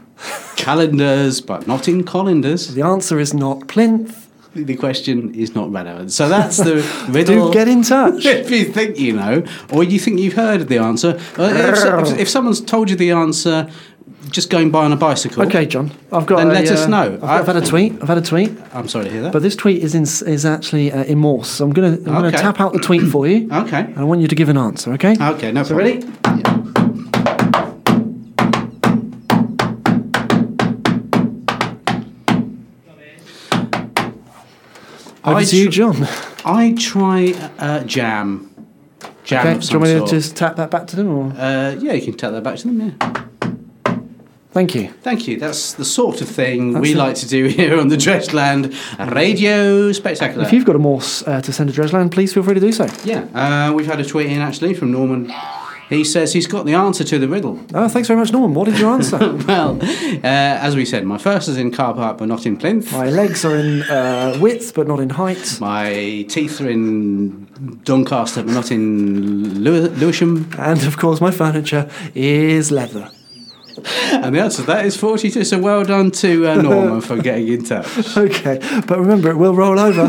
Speaker 2: calendars, but not in colanders.
Speaker 1: The answer is not Plinth.
Speaker 2: The question is not relevant. So that's the riddle.
Speaker 1: Do get in touch.
Speaker 2: If you think you know, or you think you've heard the answer, uh, if, if, if someone's told you the answer, just going by on a bicycle.
Speaker 1: Okay, John. I've got.
Speaker 2: Then
Speaker 1: a,
Speaker 2: let us
Speaker 1: uh,
Speaker 2: know.
Speaker 1: I've, got- I've had a tweet. I've had a tweet.
Speaker 2: I'm sorry to hear that.
Speaker 1: But this tweet is in, is actually uh, in Morse. So I'm gonna I'm gonna
Speaker 2: Okay. Uh,
Speaker 1: tap out the tweet for you.
Speaker 2: Okay.
Speaker 1: um, And I want you to give an answer. Okay.
Speaker 2: Okay, no
Speaker 1: So
Speaker 2: problem.
Speaker 1: ready?
Speaker 2: Yeah.
Speaker 1: Over
Speaker 2: I
Speaker 1: to you,
Speaker 2: tr-
Speaker 1: John.
Speaker 2: I try uh, jam. Jam
Speaker 1: Okay,
Speaker 2: of
Speaker 1: do you
Speaker 2: some
Speaker 1: want me to
Speaker 2: sort.
Speaker 1: just tap that back to them? Or?
Speaker 2: Uh, yeah, you can take that back to them, yeah.
Speaker 1: Thank you.
Speaker 2: Thank you. That's the sort of thing we
Speaker 1: That's it.
Speaker 2: like to do here on the Dredgeland Radio Spectacular.
Speaker 1: If you've got a Morse uh, to send to Dresland, please feel free to do so.
Speaker 2: yeah, uh, we've had a tweet in actually from Norman. He says he's got the answer to the riddle.
Speaker 1: Oh, thanks very much, Norman. What is your answer?
Speaker 2: Well, uh, as we said, my first is in car park, but not in plinth.
Speaker 1: My legs are in uh, width, but not in height.
Speaker 2: My teeth are in Doncaster, but not in Lew- Lewisham.
Speaker 1: And of course, my furniture is leather.
Speaker 2: And the answer to that is 42. So well done to uh, Norman for getting in touch.
Speaker 1: Okay, but remember, it will roll over.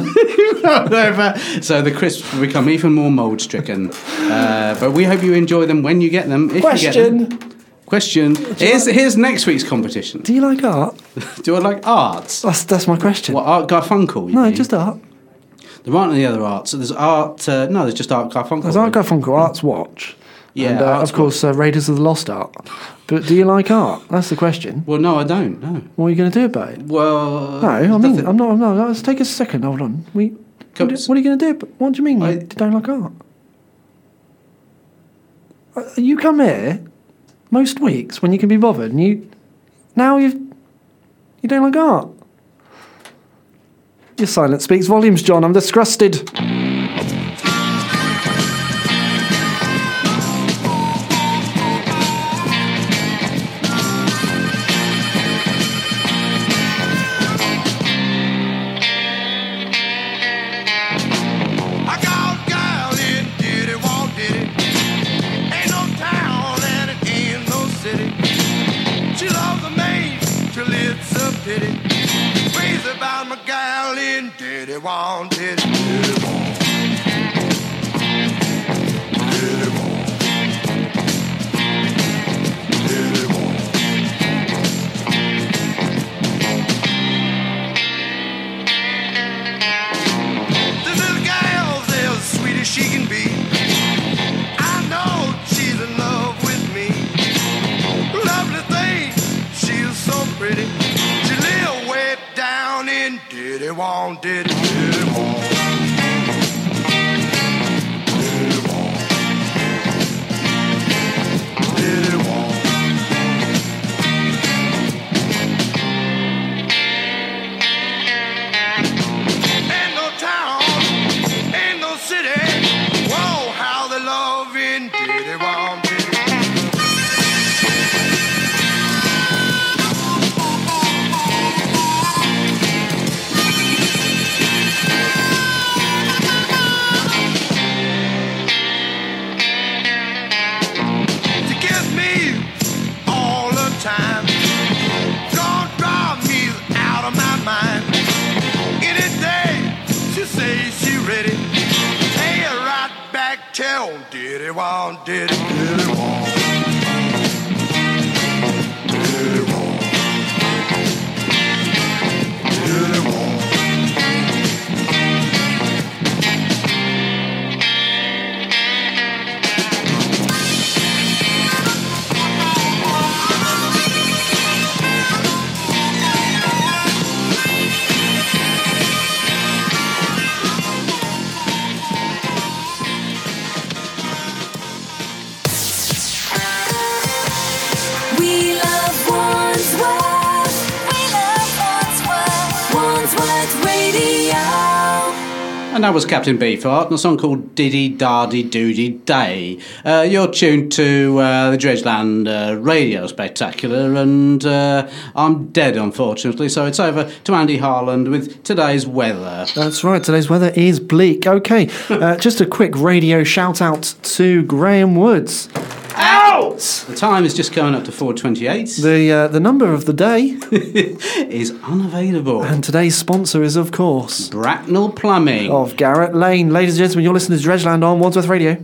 Speaker 2: Over. so the crisps will become even more mold stricken. Uh, but we hope you enjoy them when you get them. If You get them.
Speaker 1: Question
Speaker 2: Question. Here's, here's next week's competition.
Speaker 1: Do you like art?
Speaker 2: Do I like arts?
Speaker 1: That's, that's my question.
Speaker 2: What, Art Garfunkel? You
Speaker 1: No,
Speaker 2: mean?
Speaker 1: just art.
Speaker 2: There aren't any other arts. There's art. Uh, no, there's just Art Garfunkel.
Speaker 1: There's Art Garfunkel, Arts Watch.
Speaker 2: Yeah,
Speaker 1: and, uh,
Speaker 2: Arts
Speaker 1: of course, uh, Raiders of the Lost Art. But do you like art? That's the question.
Speaker 2: Well, no, I don't. No.
Speaker 1: What are you going to do about it?
Speaker 2: Well.
Speaker 1: No, I mean,
Speaker 2: nothing.
Speaker 1: I'm not. I'm not. Let's take a second. Hold on. We.
Speaker 2: Come-
Speaker 1: what, do- what are you going to do? But What do you mean?
Speaker 2: I-
Speaker 1: you don't like art? Uh, You come here most weeks when you can be bothered, and you now you you don't like art. Your silence speaks volumes, John. I'm disgusted.
Speaker 6: I got down in Diddy, walk Diddy. Ain't no town and it ain't no city. She loves the maid till it's a pity. Crazy about my gal in Diddy, walk Diddy. Diddy, walk. Diddy, walk. Diddy, walk. This little girl's as sweet as she can be. I know she's in love with me. Lovely thing, she's so pretty. She live way down in Diddy Wong, Diddy, Diddy Wong. Diddy Wong. Diddy Wong. Ain't no town, ain't no city. Whoa, how the love in Diddy Wong, Diddy to give me all the time. Don't drive me out of my mind. Any day she say she ready. Hey, right back tell did it want, did it, did it want. Did it want. Did it want.
Speaker 5: We love Wandsworth. We love Wandsworth. Wandsworth Radio.
Speaker 2: And that was Captain Beefheart and a song called Diddy Dardy Doody Day. Uh, you're tuned to uh, the Dredgeland uh, Radio Spectacular, and uh, I'm dead, unfortunately. So it's over to Andy Harland with today's weather.
Speaker 1: That's right. Today's weather is bleak. Okay, uh, just a quick radio shout out to Graham Woods.
Speaker 2: The time is just going up to 4:28.
Speaker 1: The uh, the number of the day
Speaker 2: is unavailable.
Speaker 1: and today's sponsor is of course
Speaker 2: Bracknell Plumbing.
Speaker 1: of Garrett Lane. Ladies and gentlemen, you're listening to Dredgeland on Wandsworth Radio.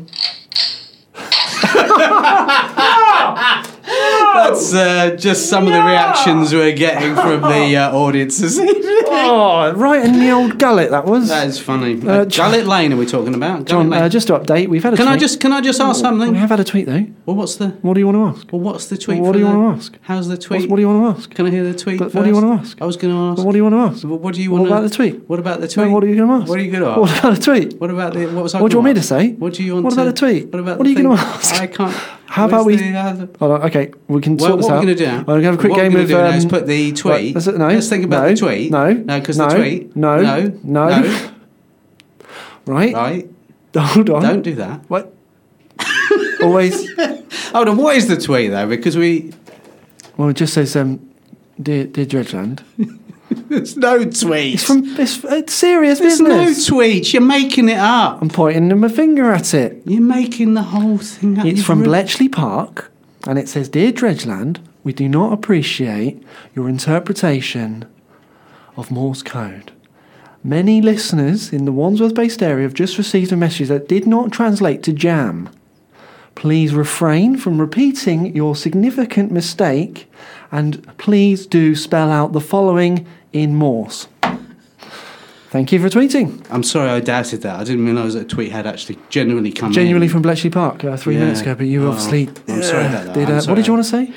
Speaker 2: That's uh, just some of the reactions we're getting from the uh, audience this evening.
Speaker 1: Oh, right in the old gullet that was.
Speaker 2: That is funny. Uh,
Speaker 1: Uh,
Speaker 2: Gullet Lane are we talking about?
Speaker 1: John,
Speaker 2: Gullet Lane.
Speaker 1: uh, just to update, we've had a
Speaker 2: can
Speaker 1: tweet.
Speaker 2: I just can I just ask something?
Speaker 1: We have had a tweet though.
Speaker 2: Well, what's the
Speaker 1: What do you want to ask?
Speaker 2: well, what's the tweet?
Speaker 1: What
Speaker 2: for
Speaker 1: do you
Speaker 2: the-
Speaker 1: wanna ask?
Speaker 2: How's the tweet?
Speaker 1: What, what do you want to ask?
Speaker 2: Can I hear the tweet?
Speaker 1: But what do you
Speaker 2: first?
Speaker 1: wanna ask?
Speaker 2: I was going to ask.
Speaker 1: But what do you want to ask?
Speaker 2: What do you
Speaker 1: What
Speaker 2: want
Speaker 1: about the tweet?
Speaker 2: What about the tweet?
Speaker 1: No, what are you going to ask?
Speaker 2: What are you going to ask?
Speaker 1: What about a tweet?
Speaker 2: What about the what was I
Speaker 1: What do you
Speaker 2: gonna
Speaker 1: want me to
Speaker 2: ask?
Speaker 1: say?
Speaker 2: What do you want?
Speaker 1: What
Speaker 2: to,
Speaker 1: about the tweet?
Speaker 2: What about
Speaker 1: What
Speaker 2: the
Speaker 1: are you gonna
Speaker 2: thing?
Speaker 1: ask?
Speaker 2: I can't.
Speaker 1: How about
Speaker 2: where's
Speaker 1: we-
Speaker 2: The, uh,
Speaker 1: Hold on, okay, we can
Speaker 2: well,
Speaker 1: sort
Speaker 2: what
Speaker 1: this
Speaker 2: we're
Speaker 1: out.
Speaker 2: going to do now?
Speaker 1: I'm going to have a quick
Speaker 2: what
Speaker 1: game
Speaker 2: we're
Speaker 1: of.
Speaker 2: gonna do now is
Speaker 1: um,
Speaker 2: put the tweet.
Speaker 1: right, that's it, no,
Speaker 2: Let's think about
Speaker 1: no,
Speaker 2: the tweet.
Speaker 1: No,
Speaker 2: no, because
Speaker 1: no,
Speaker 2: the tweet.
Speaker 1: No,
Speaker 2: no,
Speaker 1: no,
Speaker 2: no.
Speaker 1: Right,
Speaker 2: Right?
Speaker 1: hold on.
Speaker 2: Don't do that.
Speaker 1: What? Always.
Speaker 2: Hold on. What is the tweet though? Because we
Speaker 1: Well, it just says, um, dear, dear Dredgeland.
Speaker 2: there's no tweet.
Speaker 1: It's from. It's, it's serious
Speaker 2: there's no
Speaker 1: business.
Speaker 2: tweet. You're making it up.
Speaker 1: I'm pointing my finger at it.
Speaker 2: You're making the whole thing up.
Speaker 1: It's
Speaker 2: You've
Speaker 1: from
Speaker 2: writ-
Speaker 1: Bletchley Park, and it says, "Dear Dredgeland, we do not appreciate your interpretation of Morse code. Many listeners in the Wandsworth-based area have just received a message that did not translate to jam. Please refrain from repeating your significant mistake, and please do spell out the following in Morse." Thank you for tweeting.
Speaker 2: I'm sorry, I doubted that. I didn't realise that a tweet had actually genuinely come.
Speaker 1: Genuinely
Speaker 2: in.
Speaker 1: from Bletchley Park uh, three
Speaker 2: Mm. Yeah.
Speaker 1: minutes ago, but you
Speaker 2: Oh,
Speaker 1: obviously
Speaker 2: I'm sorry about that.
Speaker 1: did.
Speaker 2: I'm
Speaker 1: Uh,
Speaker 2: sorry.
Speaker 1: what did you want to say?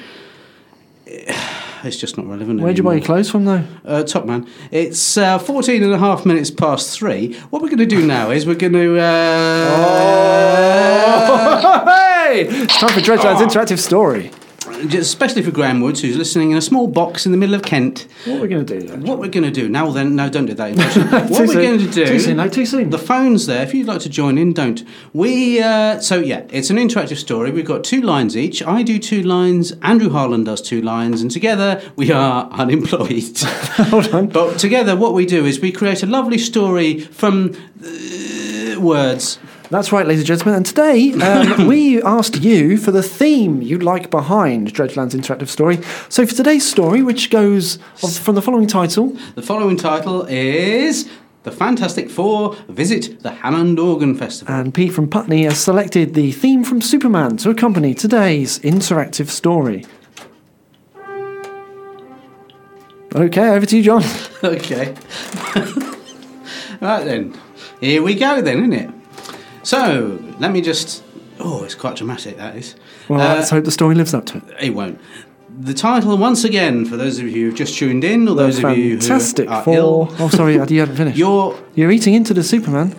Speaker 2: It's just not relevant.
Speaker 1: Where'd you buy
Speaker 2: anymore.
Speaker 1: your clothes from, though?
Speaker 2: Uh, top man. It's uh, 14 and a half minutes past three. What we're going to do now is we're going to.
Speaker 1: Oh.
Speaker 2: Uh,
Speaker 1: hey! Ah. It's time for Dredgeland's interactive story.
Speaker 2: just- Especially for Graham Woods, who's listening in a small box in the middle of Kent.
Speaker 1: What are we going to do then?
Speaker 2: What we're going to do now? Then no, don't do that. impression. what we're going to do?
Speaker 1: Too soon, no, too soon.
Speaker 2: The phone's there. If you'd like to join in, don't. We uh, so yeah, it's an interactive story. We've got two lines each. I do two lines. Andrew Harlan does two lines, and together we are unemployed. Hold on. But together, what we do is we create a lovely story from uh, words.
Speaker 1: That's right, ladies and gentlemen. And today, um, we asked you for the theme you'd like behind Dredgeland's interactive story. So, for today's story, which goes of- from the following title
Speaker 2: The following title is "The Fantastic Four Visit the Hammond Organ Festival."
Speaker 1: And Pete from Putney has selected the theme from Superman to accompany today's interactive story. Okay, over to you, John.
Speaker 2: okay. right then. Here we go then, isn't it? So, let me just. Oh, it's quite dramatic, that is.
Speaker 1: Well,
Speaker 2: Uh,
Speaker 1: let's hope the story lives up to it.
Speaker 2: it won't. The title, once again, for those of you who've just tuned in, or those of you who
Speaker 1: Fantastic
Speaker 2: are
Speaker 1: Four.
Speaker 2: ill,
Speaker 1: Oh, sorry, you haven't finished.
Speaker 2: you're
Speaker 1: You're eating into the Superman.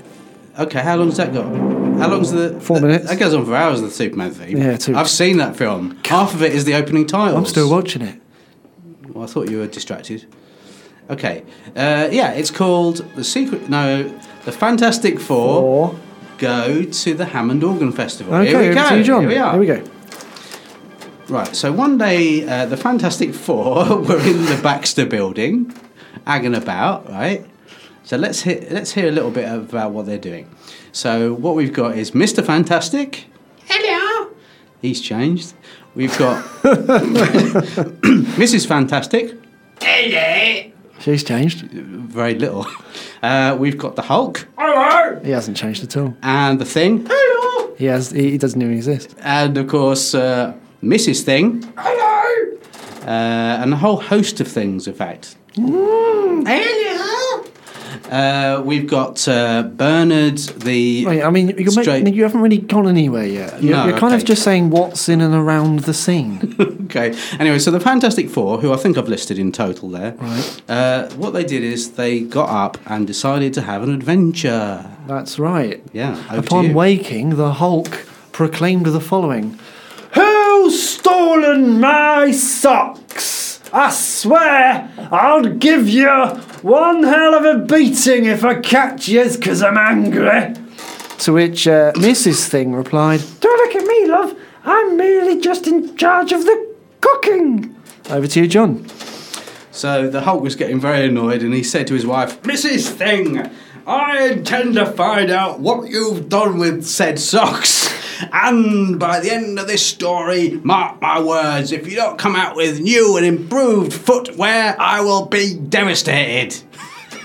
Speaker 2: okay. How long's that got? How long's the
Speaker 1: Four
Speaker 2: that-
Speaker 1: minutes.
Speaker 2: That goes on for hours. The Superman theme.
Speaker 1: Yeah, two-
Speaker 2: I've seen that film. Half of it is the opening title.
Speaker 1: I'm still watching it.
Speaker 2: Well, I thought you were distracted. Okay. Uh, yeah, it's called The Secret. No, The Fantastic Four
Speaker 1: Or
Speaker 2: go to the Hammond Organ Festival.
Speaker 1: okay,
Speaker 2: Here we
Speaker 1: over
Speaker 2: go.
Speaker 1: to you, John.
Speaker 2: Here we are.
Speaker 1: go.
Speaker 2: Right, so one day uh, the Fantastic Four were in the Baxter building, hanging about, right? So let's hear, let's hear a little bit about what they're doing. So what we've got is Mr. Fantastic. Hello. He's changed. We've got Mrs. Fantastic.
Speaker 1: She's changed.
Speaker 2: Very little. Uh, we've got the Hulk
Speaker 1: He hasn't changed at all.
Speaker 2: and the Thing. Hello.
Speaker 1: He has. He, he doesn't even exist.
Speaker 2: And of course, uh, Mrs. Thing. Hello. Uh, and a whole host of things, in fact. Hello. Uh, we've got uh, Bernard the.
Speaker 1: Right, I mean, you, can
Speaker 2: Straight-
Speaker 1: make, you haven't really gone anywhere yet. You're,
Speaker 2: No,
Speaker 1: you're kind
Speaker 2: okay.
Speaker 1: of just saying what's in and around the scene.
Speaker 2: Okay. Anyway, so the Fantastic Four, who I think I've listed in total there,
Speaker 1: Right.
Speaker 2: uh, what they did is they got up and decided to have an adventure.
Speaker 1: That's right.
Speaker 2: Yeah, over to
Speaker 1: Upon
Speaker 2: you.
Speaker 1: waking, the Hulk proclaimed the following Who's stolen my socks? I swear I'll give you one hell of a beating if I catch youbecause I'm angry. To which uh, Mrs. Thing replied, Don't look at me, love. I'm merely just in charge of the cooking. Over to you, John.
Speaker 2: So the Hulk was getting very annoyed and he said to his wife, Mrs. Thing, I intend to find out what you've done with said socks. And by the end of this story, mark my words, if you don't come out with new and improved footwear, I will be devastated.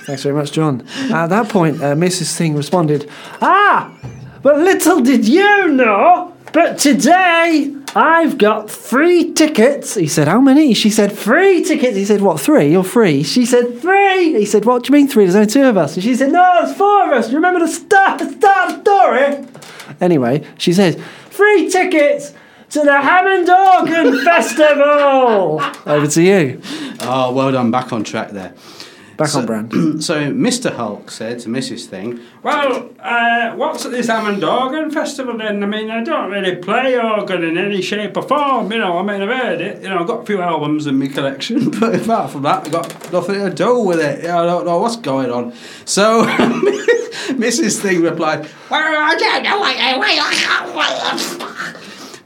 Speaker 1: Thanks very much, John. At that point, uh, Mrs. Thing responded, Ah, but little did you know, but today I've got three tickets. He said, How many? She said, Three tickets. He said, What, three? You're three. She said, Three. He said, What do you mean three? There's only two of us. And she said, No, there's four of us. Remember the start, the start of the story? Anyway, she says, Three tickets to the Hammond Organ Festival. Over to you.
Speaker 2: Oh, well done. Back on track there.
Speaker 1: Back
Speaker 2: So-
Speaker 1: on brand.
Speaker 2: Um, So Mr. Hulk said to Mrs. Thing, "Well, uh, what's at this Hammond Organ Festival then? I mean, I don't really play organ in any shape or form. You know, I mean, I've heard it. You know, I've got a few albums in my collection, but apart from that, I've got nothing to do with it. You know, I don't know what's going on." So Mrs. Thing replied, "Well, I don't know. I- I-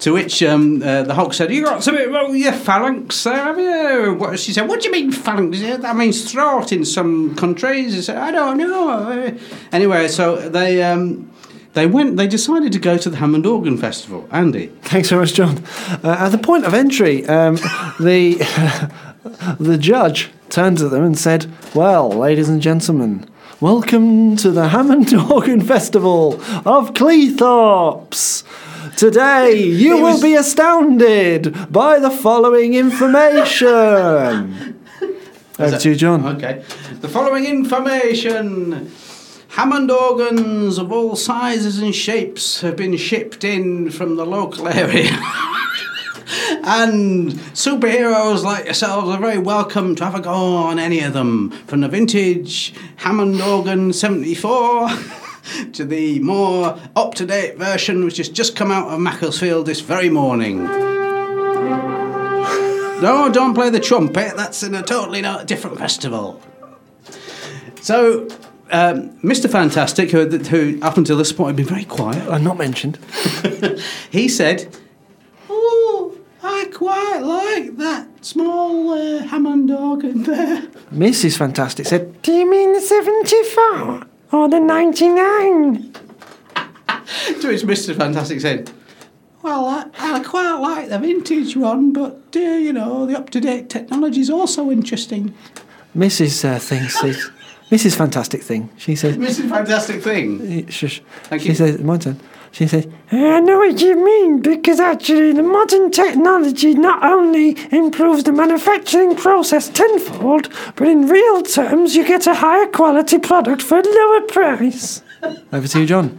Speaker 2: to which um, uh, the Hulk said, "You got something wrong with your phalanx there, have you?" What, she said, "What do you mean phalanx? Yeah, That means throat in some countries." He said, "I don't know." Uh, Anyway, so they um, they went. They decided to go to the Hammond Organ Festival. Andy,
Speaker 1: Thanks so much, John. Uh, at the point of entry, um, the the judge turned to them and said, "Well, ladies and gentlemen, welcome to the Hammond Organ Festival of Cleethorpes." Today, you will
Speaker 2: was-
Speaker 1: be astounded by the following information. Over to you, John.
Speaker 2: Okay. The following information. Hammond organs of all sizes and shapes have been shipped in from the local area. and superheroes like yourselves are very welcome to have a go on any of them. From the vintage Hammond organ 74 to the more up to date version, which has just come out of Macclesfield this very morning. No, don't play the trumpet. That's in a totally no- different festival. So, um, Mr. Fantastic, who, who up until this point had been very quiet,
Speaker 1: I'm Uh, not mentioned.
Speaker 2: he said, "Oh, I quite like that small uh, Hammond organ there."
Speaker 1: Mrs. Fantastic said, Do you mean the 74 or the 99?
Speaker 2: to which Mr. Fantastic said, "Well, I, I quite like the vintage one, but uh, you know, the up-to-date technology is also interesting."
Speaker 1: Mrs. Uh, Thing says, Mrs. Fantastic Thing, she says, eh,
Speaker 2: Mr. Fantastic thing.
Speaker 1: Shush.
Speaker 2: Thank
Speaker 1: she
Speaker 2: you.
Speaker 1: says, my turn. She says, "Eh, I know what you mean because actually the modern technology not only improves the manufacturing process tenfold, but in real terms you get a higher quality product for a lower price. Over to you, John.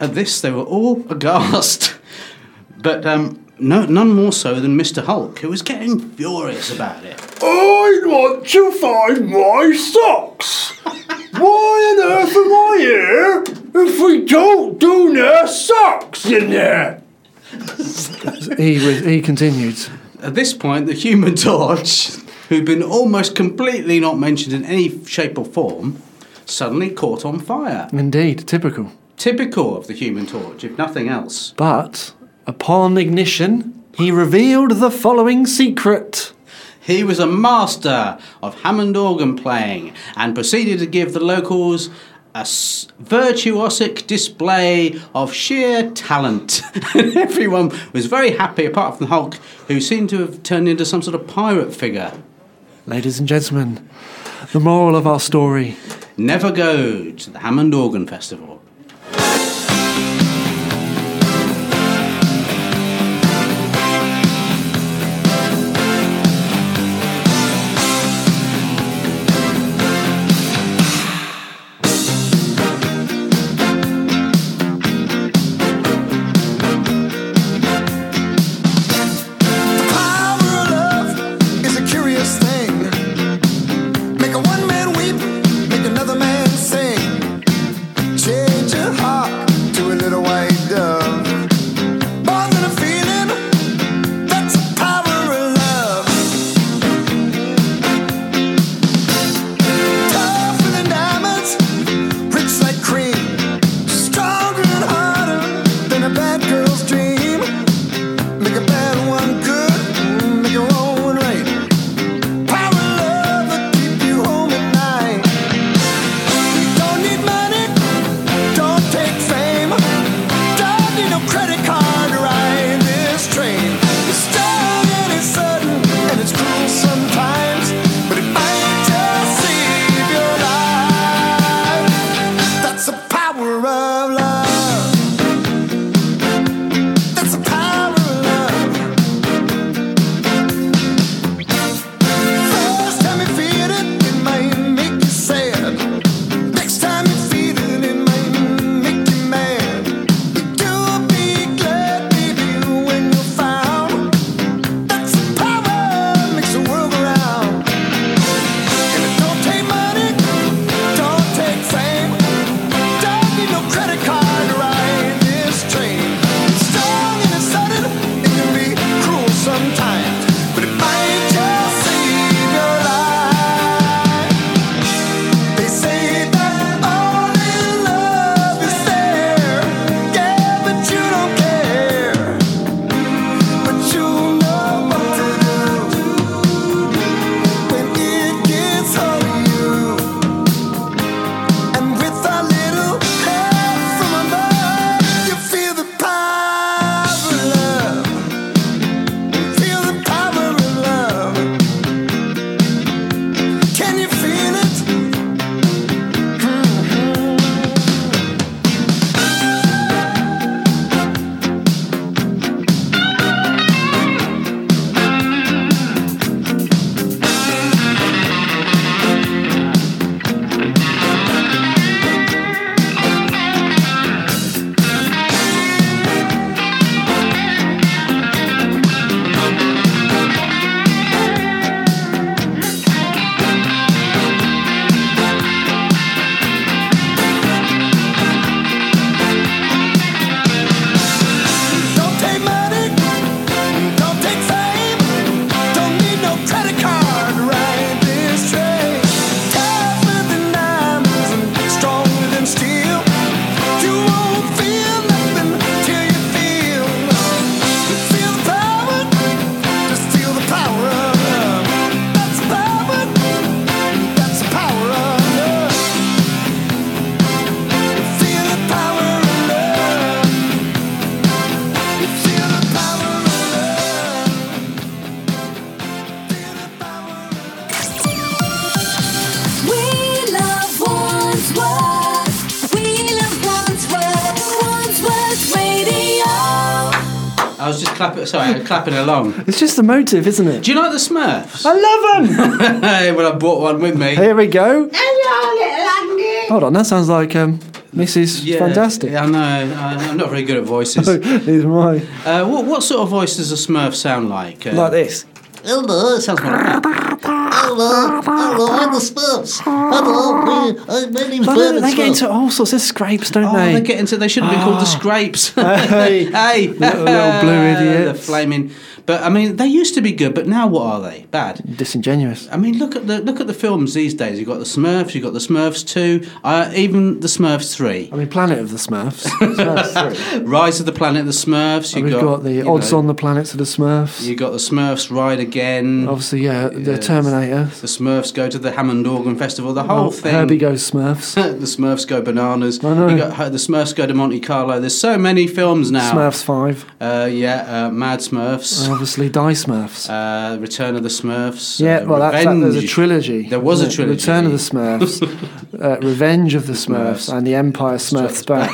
Speaker 2: At this, they were all aghast, but um, no, none more so than Mr. Hulk, who was getting furious about it.
Speaker 7: I want to find my socks. Why on earth am I here if we don't do no socks in there?
Speaker 1: He he continued.
Speaker 2: At this point, the Human Torch, who'd been almost completely not mentioned in any shape or form, suddenly caught on fire.
Speaker 1: Indeed, typical.
Speaker 2: Typical of the Human Torch, if nothing else.
Speaker 1: But upon ignition, he revealed the following secret.
Speaker 2: He was a master of Hammond organ playing and proceeded to give the locals a s- virtuosic display of sheer talent. And Everyone was very happy, apart from the Hulk, who seemed to have turned into some sort of pirate figure.
Speaker 1: Ladies and gentlemen, the moral of our story.
Speaker 2: Never go to the Hammond Organ Festival.
Speaker 8: Power of love is a curious thing. Make a one man weep, make another man sing. Change
Speaker 2: I was just clapping. Sorry, I'm clapping along.
Speaker 1: It's just the motive, isn't it?
Speaker 2: Do you like the Smurfs?
Speaker 1: I love them.
Speaker 2: hey, well, I brought one with me.
Speaker 1: Here we go. Hold on, that sounds like um, Mrs. Fantastic.
Speaker 2: Yeah, I know. I, I'm not very good at voices.
Speaker 1: Oh, These are mine.
Speaker 2: Uh, what, what sort of voice does a Smurf sound like? Uh,
Speaker 1: Like this.
Speaker 2: It sounds more like that.
Speaker 3: Hello, hello, I'm the Smurfs. Hello, me- I'm my name's
Speaker 1: But they,
Speaker 3: Vernon
Speaker 1: they get
Speaker 3: Smurf.
Speaker 1: into all sorts of scrapes, don't
Speaker 2: Oh,
Speaker 1: they?
Speaker 2: they get into. They should have been called the Scrapes.
Speaker 1: Ah. Hey.
Speaker 2: hey,
Speaker 1: Little- little blue
Speaker 2: the
Speaker 1: idiots.
Speaker 2: flaming. But I mean, they used to be good, but now what are they? Bad.
Speaker 1: Disingenuous.
Speaker 2: I mean, look at the look at the films these days. You've got the Smurfs, you've got the Smurfs two, uh, even the Smurfs three,
Speaker 1: I mean, Planet of the Smurfs. Smurfs three.
Speaker 2: Rise of the Planet of the Smurfs. You've
Speaker 1: We've got, the
Speaker 2: you
Speaker 1: odds
Speaker 2: know,
Speaker 1: on the planets of the Smurfs.
Speaker 2: You got the Smurfs ride again.
Speaker 1: Obviously, yeah, the
Speaker 2: Yes.
Speaker 1: Terminator.
Speaker 2: The Smurfs go to the Hammond Organ Festival. The whole
Speaker 1: Oh,
Speaker 2: thing.
Speaker 1: Herbie goes Smurfs.
Speaker 2: the Smurfs go bananas.
Speaker 1: I know.
Speaker 2: You got, the Smurfs go to Monte Carlo. There's so many films now.
Speaker 1: Smurfs five.
Speaker 2: Uh, yeah, uh, Mad Smurfs.
Speaker 1: And obviously, Die Smurfs.
Speaker 2: Uh, Return of the Smurfs.
Speaker 1: yeah,
Speaker 2: uh,
Speaker 1: well, that's, that, there's a
Speaker 2: Revenge.
Speaker 1: trilogy.
Speaker 2: There was a
Speaker 1: wasn't it?
Speaker 2: trilogy.
Speaker 1: Return of the Smurfs, uh, Revenge of the Smurfs,
Speaker 2: Smurfs.
Speaker 1: and The Empire Smurfs Back.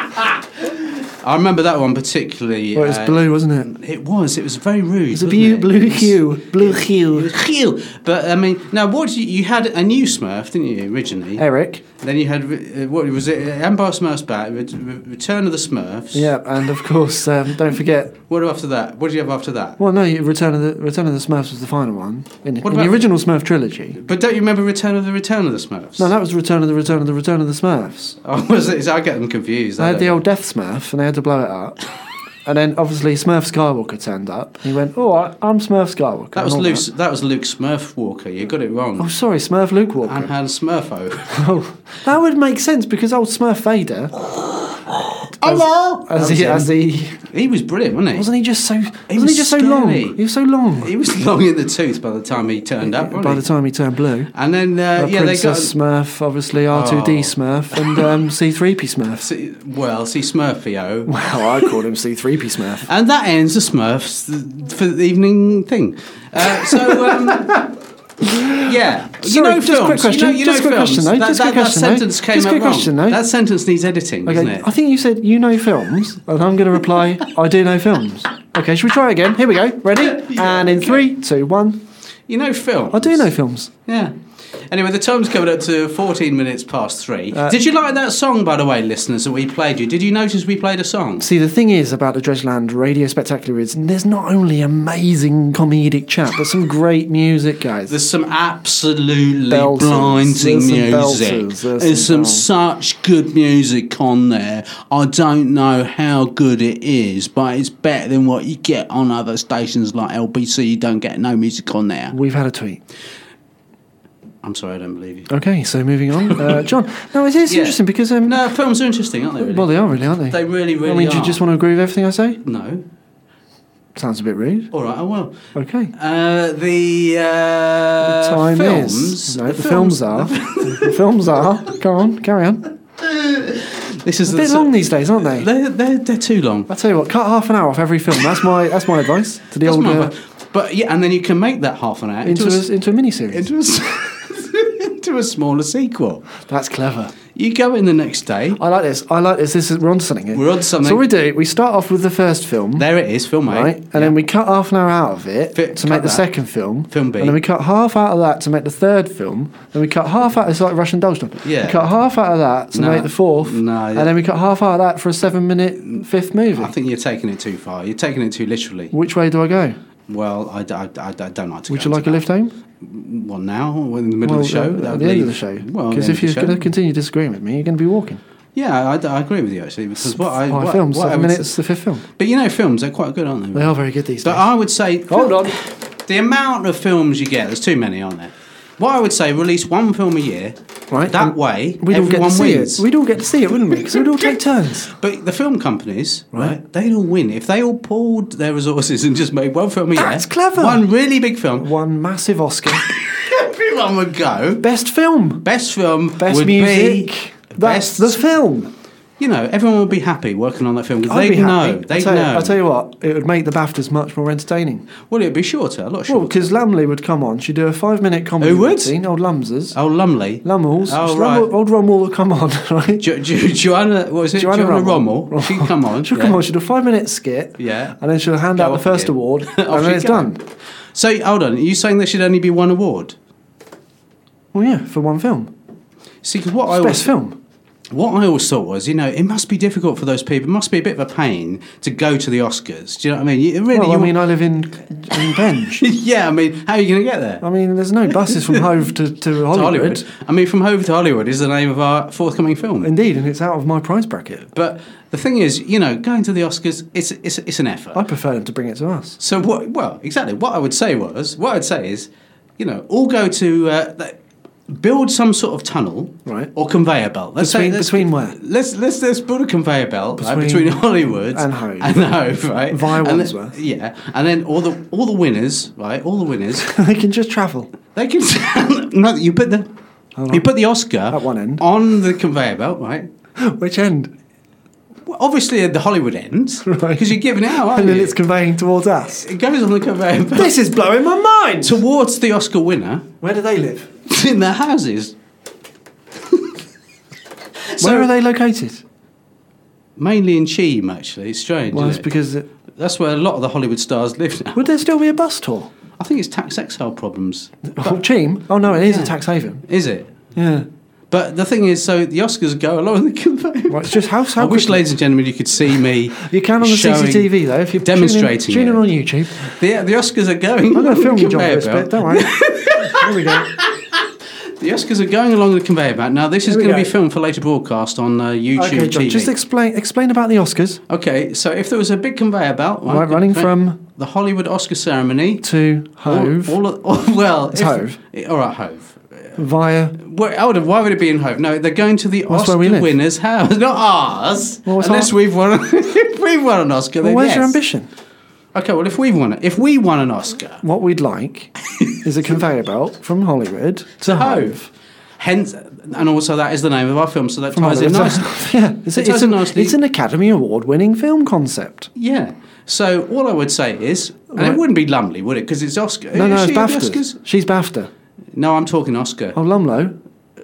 Speaker 2: I remember that one particularly.
Speaker 1: Well, it was
Speaker 2: uh,
Speaker 1: blue, wasn't it?
Speaker 2: It was. It was very rude.
Speaker 1: It's a
Speaker 2: wasn't
Speaker 1: blue,
Speaker 2: it?
Speaker 1: blue
Speaker 2: It was-
Speaker 1: hue. Blue
Speaker 2: It
Speaker 1: hue.
Speaker 2: was cute. But I mean, now what you, you had a new Smurf, didn't you originally?
Speaker 1: Eric.
Speaker 2: Then you had uh, what was it? Empire Smurfs Back, Re- Re- Return of the Smurfs.
Speaker 1: Yeah, and of course, um, don't forget.
Speaker 2: What after that? What did you have after that?
Speaker 1: Well, no, you- Return of the Return of the Smurfs was the final one in, in the
Speaker 2: about-
Speaker 1: original Smurf trilogy.
Speaker 2: But don't you remember Return of the Return of the Smurfs?
Speaker 1: No, that was Return of the Return of the Return of the Smurfs.
Speaker 2: Oh, was it? I get them confused.
Speaker 1: They
Speaker 2: I
Speaker 1: had the
Speaker 2: don't
Speaker 1: old Death Smurf, and they had to blow it up. and then obviously Smurf Skywalker turned up. He went, "All right, I'm Smurf Skywalker."
Speaker 2: That
Speaker 1: and
Speaker 2: was
Speaker 1: all
Speaker 2: Luke. That. was Luke Smurf Walker. You got it wrong.
Speaker 1: Oh, sorry, Smurf Luke Walker.
Speaker 2: and Han Smurfo.
Speaker 1: Oh, that would make sense because old Smurf Vader. Hello. As, he, as he
Speaker 2: he was brilliant, wasn't he?
Speaker 1: wasn't he just so wasn't he,
Speaker 2: was
Speaker 1: just so
Speaker 2: scary.
Speaker 1: long? He was so long.
Speaker 2: He was long in the tooth by the time he turned up. wasn't
Speaker 1: By the
Speaker 2: he?
Speaker 1: time he turned blue.
Speaker 2: And then uh,
Speaker 1: Uh,
Speaker 2: yeah, they got.
Speaker 1: Princess Smurf, obviously R2D Smurf and um, C3P Smurf.
Speaker 2: See- well, see Smurfio.
Speaker 1: Well, I called him C3P Smurf.
Speaker 2: And that ends the Smurfs th- for the evening thing. Uh, so, um, yeah. you
Speaker 1: Sorry,
Speaker 2: know
Speaker 1: just a quick
Speaker 2: films.
Speaker 1: question,
Speaker 2: You know, you
Speaker 1: just a quick
Speaker 2: know films.
Speaker 1: question, though,
Speaker 2: That,
Speaker 1: just a
Speaker 2: that,
Speaker 1: quick question,
Speaker 2: that
Speaker 1: though.
Speaker 2: sentence came
Speaker 1: Just a
Speaker 2: out
Speaker 1: quick
Speaker 2: wrong.
Speaker 1: question, though.
Speaker 2: That sentence needs editing, doesn't
Speaker 1: Okay,
Speaker 2: it?
Speaker 1: I think you said you know films, and I'm going to reply I do know films. Okay, should we try again? Here we go. Ready? and in three, two, one.
Speaker 2: you know films.
Speaker 1: I do know films.
Speaker 2: Yeah. Anyway, the time's coming up to 14 minutes past three.
Speaker 1: Uh,
Speaker 2: Did you like that song, by the way, listeners, that we played you? Did you notice we played a song?
Speaker 1: See, the thing is about the Dredgeland Radio Spectacular is there's not only amazing comedic chat, but some great music, guys.
Speaker 2: There's some absolutely
Speaker 1: Belters.
Speaker 2: blinding
Speaker 1: There's some
Speaker 2: music.
Speaker 1: belters. There's
Speaker 2: There's some
Speaker 1: some
Speaker 2: such good music on there. I don't know how good it is, but it's better than what you get on other stations like LBC. You don't get no music on there.
Speaker 1: We've had a tweet.
Speaker 2: I'm sorry, I don't believe you.
Speaker 1: Okay, so moving on, uh, John. No, it is
Speaker 2: Yeah.
Speaker 1: interesting because um,
Speaker 2: No, films are interesting, aren't they? Really?
Speaker 1: well, they are really, aren't they?
Speaker 2: They really,
Speaker 1: I
Speaker 2: really
Speaker 1: mean, do you
Speaker 2: are.
Speaker 1: just want to agree with everything I say?
Speaker 2: no.
Speaker 1: Sounds a bit rude.
Speaker 2: All right, oh, I will.
Speaker 1: Okay.
Speaker 2: Uh, the uh,
Speaker 1: Time
Speaker 2: films.
Speaker 1: is. No, the, films, are. the films are. Go on, carry on.
Speaker 2: This is
Speaker 1: A bit
Speaker 2: the-
Speaker 1: long these days, aren't they?
Speaker 2: They're, they're, they're too long.
Speaker 1: I tell you what, cut half an hour off every film. That's my that's my advice to the
Speaker 2: That's
Speaker 1: old
Speaker 2: my
Speaker 1: uh,
Speaker 2: advice. but yeah, and then you can make that half an hour
Speaker 1: into
Speaker 2: into, a,
Speaker 1: a,
Speaker 2: s-
Speaker 1: into a mini series.
Speaker 2: into a s- into a smaller sequel.
Speaker 1: That's clever.
Speaker 2: You go in the next day.
Speaker 1: I like this. I like this. This is we're on something. here.
Speaker 2: We're on something.
Speaker 1: So what we do we start off with the first film,
Speaker 2: There it is, film A.
Speaker 1: right? And then we cut half an hour out of it
Speaker 2: Fit-
Speaker 1: to make
Speaker 2: cut
Speaker 1: the
Speaker 2: that.
Speaker 1: second film.
Speaker 2: Film B.
Speaker 1: And then we cut half out of that to make the third film. Then we cut half out. It's like Russian Dollstone.
Speaker 2: Yeah.
Speaker 1: We cut half out of that to
Speaker 2: No.
Speaker 1: make the fourth.
Speaker 2: No,
Speaker 1: And
Speaker 2: yeah.
Speaker 1: then we cut half out of that for a seven-minute fifth movie.
Speaker 2: I think you're taking it too far. You're taking it too literally.
Speaker 1: Which way do I go?
Speaker 2: Well, I, d- I d- I d- I don't like to.
Speaker 1: Would
Speaker 2: go
Speaker 1: you like
Speaker 2: into
Speaker 1: a
Speaker 2: that.
Speaker 1: lift home?
Speaker 2: Well, now we're in the middle
Speaker 1: Well,
Speaker 2: of the show.
Speaker 1: uh,
Speaker 2: That
Speaker 1: at
Speaker 2: would
Speaker 1: the end of the
Speaker 2: leave-
Speaker 1: show.
Speaker 2: Well,
Speaker 1: because if you're going to continue disagreeing with me, you're going to be walking.
Speaker 2: yeah, I, d- I agree with you actually because what I
Speaker 1: Five
Speaker 2: what,
Speaker 1: films,
Speaker 2: what I
Speaker 1: seven
Speaker 2: would s-
Speaker 1: minutes, the fifth film.
Speaker 2: But you know, films are quite good, aren't they?
Speaker 1: They are very good these
Speaker 2: But
Speaker 1: days.
Speaker 2: I would say,
Speaker 1: Hold on.
Speaker 2: the amount of films you get, there's too many, aren't there? What I would say, release one film a year.
Speaker 1: Right,
Speaker 2: That
Speaker 1: and
Speaker 2: way,
Speaker 1: We'd all get to
Speaker 2: everyone
Speaker 1: see
Speaker 2: wins.
Speaker 1: it. We'd all get to see it, wouldn't we? Because we'd all take turns.
Speaker 2: But the film companies, right.
Speaker 1: Right.
Speaker 2: They'd all win if they all pooled their resources and just made one film a year.
Speaker 1: That's clever.
Speaker 2: One really big film.
Speaker 1: One massive Oscar.
Speaker 2: Everyone would go.
Speaker 1: Best film.
Speaker 2: Best film
Speaker 1: Best
Speaker 2: would
Speaker 1: music.
Speaker 2: be
Speaker 1: That's
Speaker 2: best
Speaker 1: the film.
Speaker 2: you know, everyone would be happy working on that film because
Speaker 1: I'd
Speaker 2: they'd
Speaker 1: be happy.
Speaker 2: know. They'd
Speaker 1: I tell you,
Speaker 2: know.
Speaker 1: I tell you what, it would make the BAFTAs much more entertaining.
Speaker 2: Well, it'd be shorter, a lot
Speaker 1: Well,
Speaker 2: shorter.
Speaker 1: because Lamley would come on, she'd do a five-minute comedy
Speaker 2: Who would?
Speaker 1: routine, old Lumsers,
Speaker 2: oh, Lumley.
Speaker 1: Lummels,
Speaker 2: Oh,
Speaker 1: Rum-
Speaker 2: right.
Speaker 1: old Rummel would come on, right?
Speaker 2: Jo- Jo- Joanna, what was it?
Speaker 1: Joanna
Speaker 2: Joanna,
Speaker 1: Rummel.
Speaker 2: Rommel. She can come on.
Speaker 1: She'll
Speaker 2: yeah.
Speaker 1: come on, she'll do a five-minute skit,
Speaker 2: Yeah.
Speaker 1: and then she'll hand
Speaker 2: Go
Speaker 1: out the
Speaker 2: off
Speaker 1: first
Speaker 2: again.
Speaker 1: award,
Speaker 2: Off
Speaker 1: and then
Speaker 2: she
Speaker 1: it's
Speaker 2: go.
Speaker 1: done.
Speaker 2: So, hold on. Are you saying there should only be one award?
Speaker 1: Well, yeah, for one film,
Speaker 2: See, 'cause what I
Speaker 1: It's
Speaker 2: always
Speaker 1: best film.
Speaker 2: What I always thought was, you know, it must be difficult for those people. It must be a bit of a pain to go to the Oscars. Do you know what I mean? You, it really,
Speaker 1: Well,
Speaker 2: you
Speaker 1: I
Speaker 2: want-
Speaker 1: mean, I live in in Penge.
Speaker 2: yeah. I mean, how are you going to get there?
Speaker 1: I mean, there's no buses from Hove to, to
Speaker 2: To
Speaker 1: Hollywood.
Speaker 2: I mean, from Hove to Hollywood is the name of our forthcoming film.
Speaker 1: Indeed, and it's out of my prize bracket.
Speaker 2: but the thing is, you know, going to the Oscars, it's it's, it's an effort.
Speaker 1: I prefer them to bring it to us.
Speaker 2: So what? Well, exactly. What I would say was, what I'd say is, you know, all go to uh, th- build some sort of tunnel,
Speaker 1: Right.
Speaker 2: or conveyor belt. Let's
Speaker 1: Between-
Speaker 2: say let's-
Speaker 1: between where?
Speaker 2: Let's let's let's build a conveyor belt right,
Speaker 1: Between-
Speaker 2: between Hollywood
Speaker 1: and Hove.
Speaker 2: and Hove, right?
Speaker 1: Via
Speaker 2: And then-
Speaker 1: Wandsworth.
Speaker 2: yeah, and then all the all the winners, right? All the winners,
Speaker 1: they can just travel.
Speaker 2: they can. no, you put the you put the Oscar
Speaker 1: At one end.
Speaker 2: on the conveyor belt, right?
Speaker 1: Which end?
Speaker 2: Well, obviously at the Hollywood end,
Speaker 1: Right.
Speaker 2: Because you're giving it out, aren't
Speaker 1: And then
Speaker 2: you?
Speaker 1: it's conveying towards us.
Speaker 2: it goes on the conveyor belt
Speaker 1: This is blowing my mind!
Speaker 2: towards the Oscar winner.
Speaker 1: where do they live?
Speaker 2: in their houses. so
Speaker 1: where are they located?
Speaker 2: Mainly in Cheam, actually. It's strange.
Speaker 1: Well, it's
Speaker 2: isn't it?
Speaker 1: because it,
Speaker 2: That's where a lot of the Hollywood stars live now.
Speaker 1: would there still be a bus tour?
Speaker 2: I think it's tax exile problems.
Speaker 1: Oh, Cheam? Oh no, it is a
Speaker 2: Yeah.
Speaker 1: tax haven.
Speaker 2: Is it?
Speaker 1: Yeah.
Speaker 2: But the thing is, so the Oscars go along the conveyor.
Speaker 1: Right, it's just how- how
Speaker 2: I wish,
Speaker 1: quickly-
Speaker 2: ladies and gentlemen, you could see me.
Speaker 1: You can on the
Speaker 2: showing-
Speaker 1: CCTV though if you're tuning in-
Speaker 2: demonstrating.
Speaker 1: Tuning,
Speaker 2: it.
Speaker 1: on YouTube.
Speaker 2: The, the Oscars are going.
Speaker 1: I'm going to
Speaker 2: along
Speaker 1: film
Speaker 2: the
Speaker 1: you, John, for
Speaker 2: conveyor
Speaker 1: this
Speaker 2: belt.
Speaker 1: bit. Don't worry. Here we go.
Speaker 2: The Oscars are going along the conveyor belt. Now, this is
Speaker 1: Here we
Speaker 2: going to
Speaker 1: go.
Speaker 2: be filmed for later broadcast on uh, YouTube
Speaker 1: Okay, John,
Speaker 2: TV.
Speaker 1: just explain explain about the Oscars
Speaker 2: Okay, so if there was a big conveyor belt, right,
Speaker 1: Right, running from-
Speaker 2: the Hollywood Oscar ceremony,
Speaker 1: to Hove
Speaker 2: all, all, of- all- well,
Speaker 1: It's
Speaker 2: if-
Speaker 1: Hove.
Speaker 2: all right, Hove.
Speaker 1: via.
Speaker 2: Where, hold on, why would it be in Hove? No, they're going to the
Speaker 1: That's where
Speaker 2: Oscar
Speaker 1: we live.
Speaker 2: winners' house, not ours.
Speaker 1: Well, what's
Speaker 2: unless
Speaker 1: our-
Speaker 2: we've won, if we've won an Oscar.
Speaker 1: Well,
Speaker 2: then
Speaker 1: where's
Speaker 2: yes.
Speaker 1: your ambition?
Speaker 2: Okay, well, if we won, it- if we won an Oscar
Speaker 1: What we'd like is a conveyor belt from Hollywood
Speaker 2: to Hove, hence, and also that is the name of our film, so that ties
Speaker 1: Hollywood
Speaker 2: in
Speaker 1: to-
Speaker 2: nicely.
Speaker 1: yeah, it's,
Speaker 2: It
Speaker 1: it's
Speaker 2: ties
Speaker 1: an,
Speaker 2: in nicely.
Speaker 1: it's an Academy Award winning film concept.
Speaker 2: yeah. So all I would say is, and
Speaker 1: Right.
Speaker 2: it wouldn't be Lumley, would it? Because it's Oscar.
Speaker 1: No,
Speaker 2: is
Speaker 1: no,
Speaker 2: she
Speaker 1: it's
Speaker 2: at the
Speaker 1: BAFTAs. She's BAFTA.
Speaker 2: Oscars? No, I'm talking Oscar.
Speaker 1: Oh, Lumlow.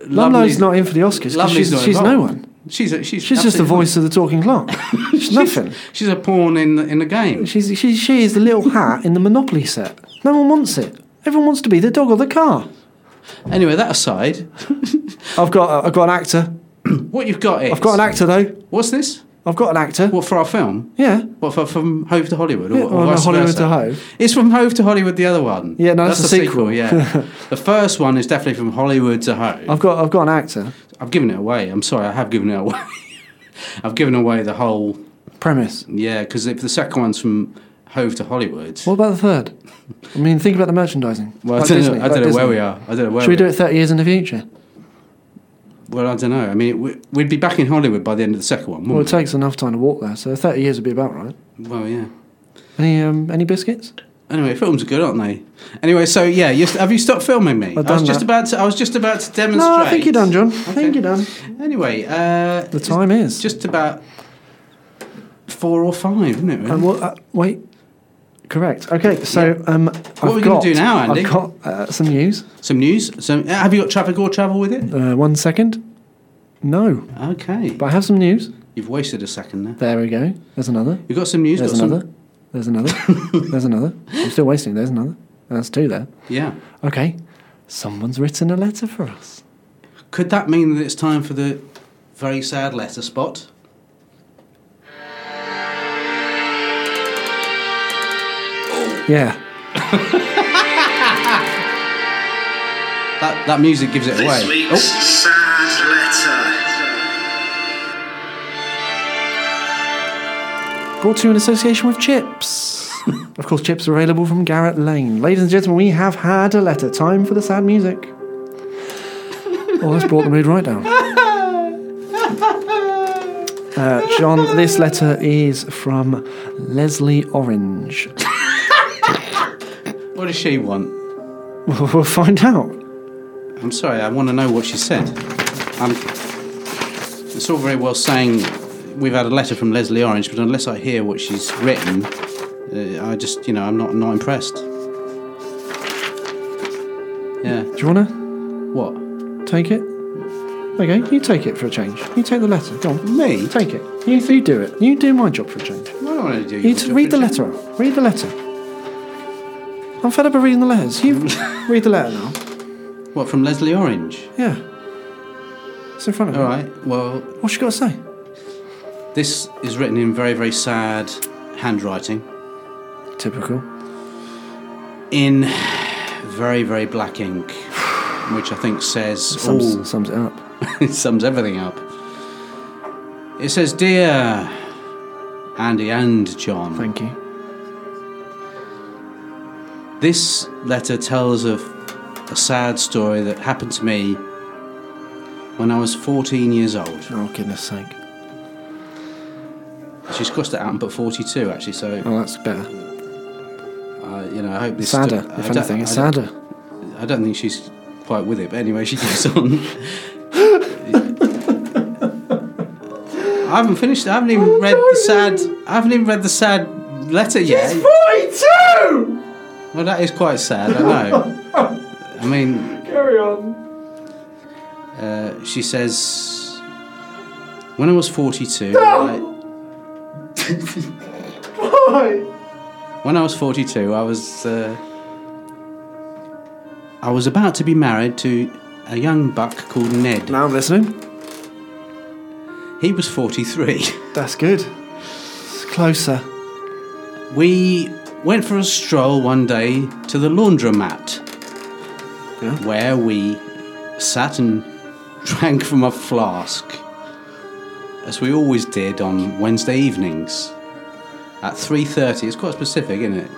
Speaker 1: Lumlow's not in for the Oscars. 'cause
Speaker 2: Lovely's
Speaker 1: She's,
Speaker 2: not
Speaker 1: she's no
Speaker 2: involved.
Speaker 1: one.
Speaker 2: She's a, she's
Speaker 1: She's just the
Speaker 2: absolutely
Speaker 1: voice of the talking clock. She's nothing.
Speaker 2: fine. She's a pawn in the, in the game.
Speaker 1: She's, she, she is the little hat in the Monopoly set. No one wants it. Everyone wants to be the dog or the car.
Speaker 2: Anyway, that aside,
Speaker 1: I've got, I've got an actor.
Speaker 2: what you've got is
Speaker 1: I've got an actor, though.
Speaker 2: What's this?
Speaker 1: I've got an actor.
Speaker 2: What for our film?
Speaker 1: Yeah.
Speaker 2: What for, from Hove to Hollywood? Or,
Speaker 1: Yeah,
Speaker 2: or
Speaker 1: well, no,
Speaker 2: vice
Speaker 1: Hollywood
Speaker 2: versa?
Speaker 1: to Hove.
Speaker 2: It's from Hove to Hollywood. The other one.
Speaker 1: Yeah, no, that's a
Speaker 2: the
Speaker 1: sequel.
Speaker 2: yeah, the first one is definitely from Hollywood to Hove.
Speaker 1: I've got, I've got an actor.
Speaker 2: I've given it away. I'm sorry, I have given it away. I've given away the whole
Speaker 1: Premise.
Speaker 2: yeah because if the second one's from Hove to Hollywood.
Speaker 1: What about the third? I mean, think about the merchandising.
Speaker 2: Well,
Speaker 1: Like
Speaker 2: I don't
Speaker 1: Disney,
Speaker 2: know, I
Speaker 1: like
Speaker 2: don't know where
Speaker 1: Disney.
Speaker 2: we are. I don't know where
Speaker 1: Should we
Speaker 2: we
Speaker 1: do it 30 years in the future?
Speaker 2: Well, I don't know. I mean, we- we'd be back in Hollywood by the end of the second one.
Speaker 1: Well, it
Speaker 2: Wouldn't
Speaker 1: takes enough time to walk there, so 30 years would be about right.
Speaker 2: we? well, yeah.
Speaker 1: Any, um, any biscuits?
Speaker 2: Anyway, films are good, aren't they? Anyway, so yeah, you, have you stopped filming me?
Speaker 1: I've
Speaker 2: I was
Speaker 1: done
Speaker 2: just
Speaker 1: that.
Speaker 2: about to. I was just about to demonstrate.
Speaker 1: No, I think you're done, John. I think
Speaker 2: Okay.
Speaker 1: you're done.
Speaker 2: Anyway, uh,
Speaker 1: The time is.
Speaker 2: just about four or five, isn't it? Really?
Speaker 1: Um, well, uh, wait. Correct. Okay, so um, what
Speaker 2: are we gonna do now, Andy?
Speaker 1: I've got uh, some news.
Speaker 2: Some news. Some. Have you got traffic or travel with it?
Speaker 1: Uh, one second. No,
Speaker 2: Okay,
Speaker 1: but I have some news.
Speaker 2: you've wasted a second there.
Speaker 1: There we go. There's another.
Speaker 2: You've got some news.
Speaker 1: There's
Speaker 2: got some-
Speaker 1: another. There's another. There's another. I'm still wasting. There's another. That's two there.
Speaker 2: Yeah.
Speaker 1: Okay. Someone's written a letter for us.
Speaker 2: Could that mean that it's time for the very sad letter spot?
Speaker 1: Yeah.
Speaker 2: That that music gives it away. Oh,
Speaker 9: sad letter.
Speaker 1: Brought to you in association with Chips. of course, Chips are available from Garrett Lane. Ladies and gentlemen, we have had a letter. Time for the sad music. Oh, that's brought the mood right down. Uh, John, this letter is from Leslie Orange.
Speaker 2: what does she want?
Speaker 1: We'll we'll find out.
Speaker 2: I'm sorry, I want to know what she said. Um, it's all very well saying we've had a letter from Leslie Orange, but unless I hear what she's written, uh, I just, you know, I'm not not impressed. Yeah.
Speaker 1: Do you want to
Speaker 2: What?
Speaker 1: take it? Okay, you take it for a change. You take the letter. Go on.
Speaker 2: Me?
Speaker 1: Take it. You, you do it. You do my job for a change.
Speaker 2: I don't want to do
Speaker 1: You
Speaker 2: your
Speaker 1: t-
Speaker 2: job,
Speaker 1: read the
Speaker 2: Richard.
Speaker 1: letter. out. Read the letter. I'm fed up of reading the letters. You read the letter now.
Speaker 2: What from Leslie Orange?
Speaker 1: Yeah. It's in front of
Speaker 2: All
Speaker 1: you.
Speaker 2: right. Well,
Speaker 1: What's she got to say?
Speaker 2: this is written in very very sad handwriting.
Speaker 1: Typical.
Speaker 2: in very, very black ink, which I think says
Speaker 1: Sums,
Speaker 2: all,
Speaker 1: sums it up.
Speaker 2: it sums everything up. It says, Dear Andy and John,
Speaker 1: Thank you.
Speaker 2: this letter tells of a sad story that happened to me when I was 14 years old.
Speaker 1: Oh, goodness sake.
Speaker 2: She's crossed it out and put 42, actually, so,
Speaker 1: Oh, that's better.
Speaker 2: uh, you know, I hope this...
Speaker 1: Oh. Sadder,
Speaker 2: I
Speaker 1: if
Speaker 2: don't-
Speaker 1: anything. It's
Speaker 2: I don't-
Speaker 1: sadder.
Speaker 2: I don't think she's quite with it, but anyway, she keeps on. I haven't finished. I haven't even read the sad. I haven't even read the sad letter yet.
Speaker 7: Forty-two.
Speaker 2: Well, that is quite sad. I know. I mean,
Speaker 7: Carry on.
Speaker 2: uh, she says, when I was forty-two. I-
Speaker 7: Why?
Speaker 2: When I was 42, I was uh, I was about to be married to a young buck called Ned.
Speaker 1: Now I'm listening.
Speaker 2: He was 43.
Speaker 1: That's good. It's closer.
Speaker 2: We went for a stroll one day to the laundromat,
Speaker 1: Yeah.
Speaker 2: where we sat and drank from a flask, as we always did on Wednesday evenings at 3:30. It's quite specific, isn't it?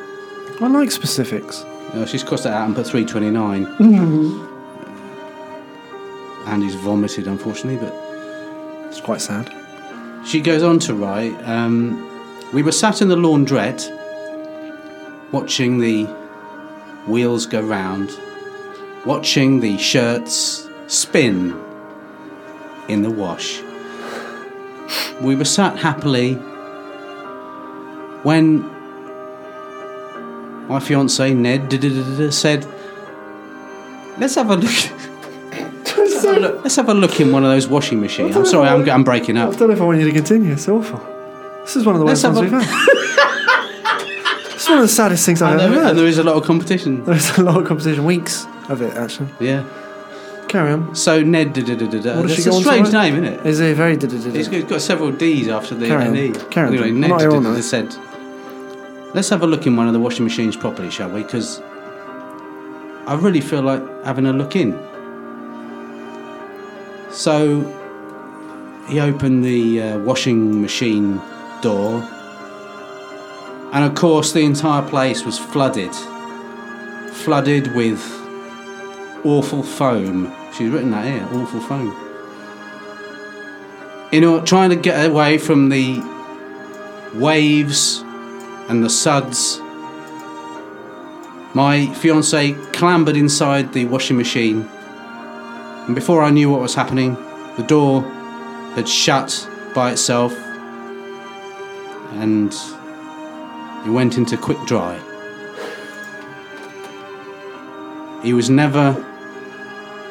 Speaker 1: I like specifics.
Speaker 2: Oh, she's crossed that out and put 329. Andy's vomited, unfortunately, but
Speaker 1: It's quite sad.
Speaker 2: she goes on to write um, We were sat in the laundrette watching the wheels go round, watching the shirts spin in the wash. We were sat happily when my fiance Ned da-da-da-da-da, said, "Let's have a look." Let's have a look- Let's have a look in one of those washing machines. I'm sorry, I'm, I'm breaking
Speaker 1: I
Speaker 2: up.
Speaker 1: don't know if I want you to continue. It's awful. This is one of the
Speaker 2: Let's
Speaker 1: worst ones we've
Speaker 2: have a-
Speaker 1: had. it's one of the saddest things I've
Speaker 2: And
Speaker 1: ever
Speaker 2: there- and
Speaker 1: heard.
Speaker 2: there is a lot of competition.
Speaker 1: There's a lot of competition. Weeks of it, actually.
Speaker 2: Yeah.
Speaker 1: Carry on.
Speaker 2: So Ned. Da, da, da, da, da.
Speaker 1: What does she
Speaker 2: That's a
Speaker 1: go on to
Speaker 2: strange
Speaker 1: write?
Speaker 2: name, isn't it?
Speaker 1: Is it very?
Speaker 2: It's got- it's got several D's after the
Speaker 1: Carry on.
Speaker 2: N-E.
Speaker 1: Carry on,
Speaker 2: Anyway,
Speaker 1: John.
Speaker 2: Ned
Speaker 1: Not here all
Speaker 2: da, da, da,
Speaker 1: night.
Speaker 2: said, "Let's have a look in one of the washing machines properly, shall we? Because I really feel like having a look in." So he opened the uh, washing machine door, and of course, the entire place was flooded. Flooded with awful foam. She's written that here awful foam. In or- trying to get away from the waves and the suds, my fiance clambered inside the washing machine. And before I knew what was happening, the door had shut by itself and he went into quick dry. He was never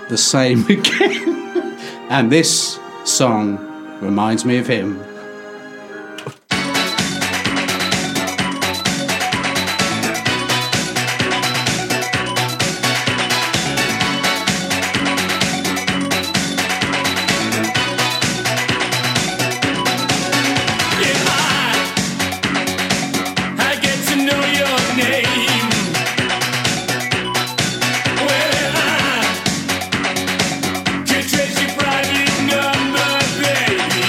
Speaker 2: the same again. and this song reminds me of him.
Speaker 4: Trace your private number, baby.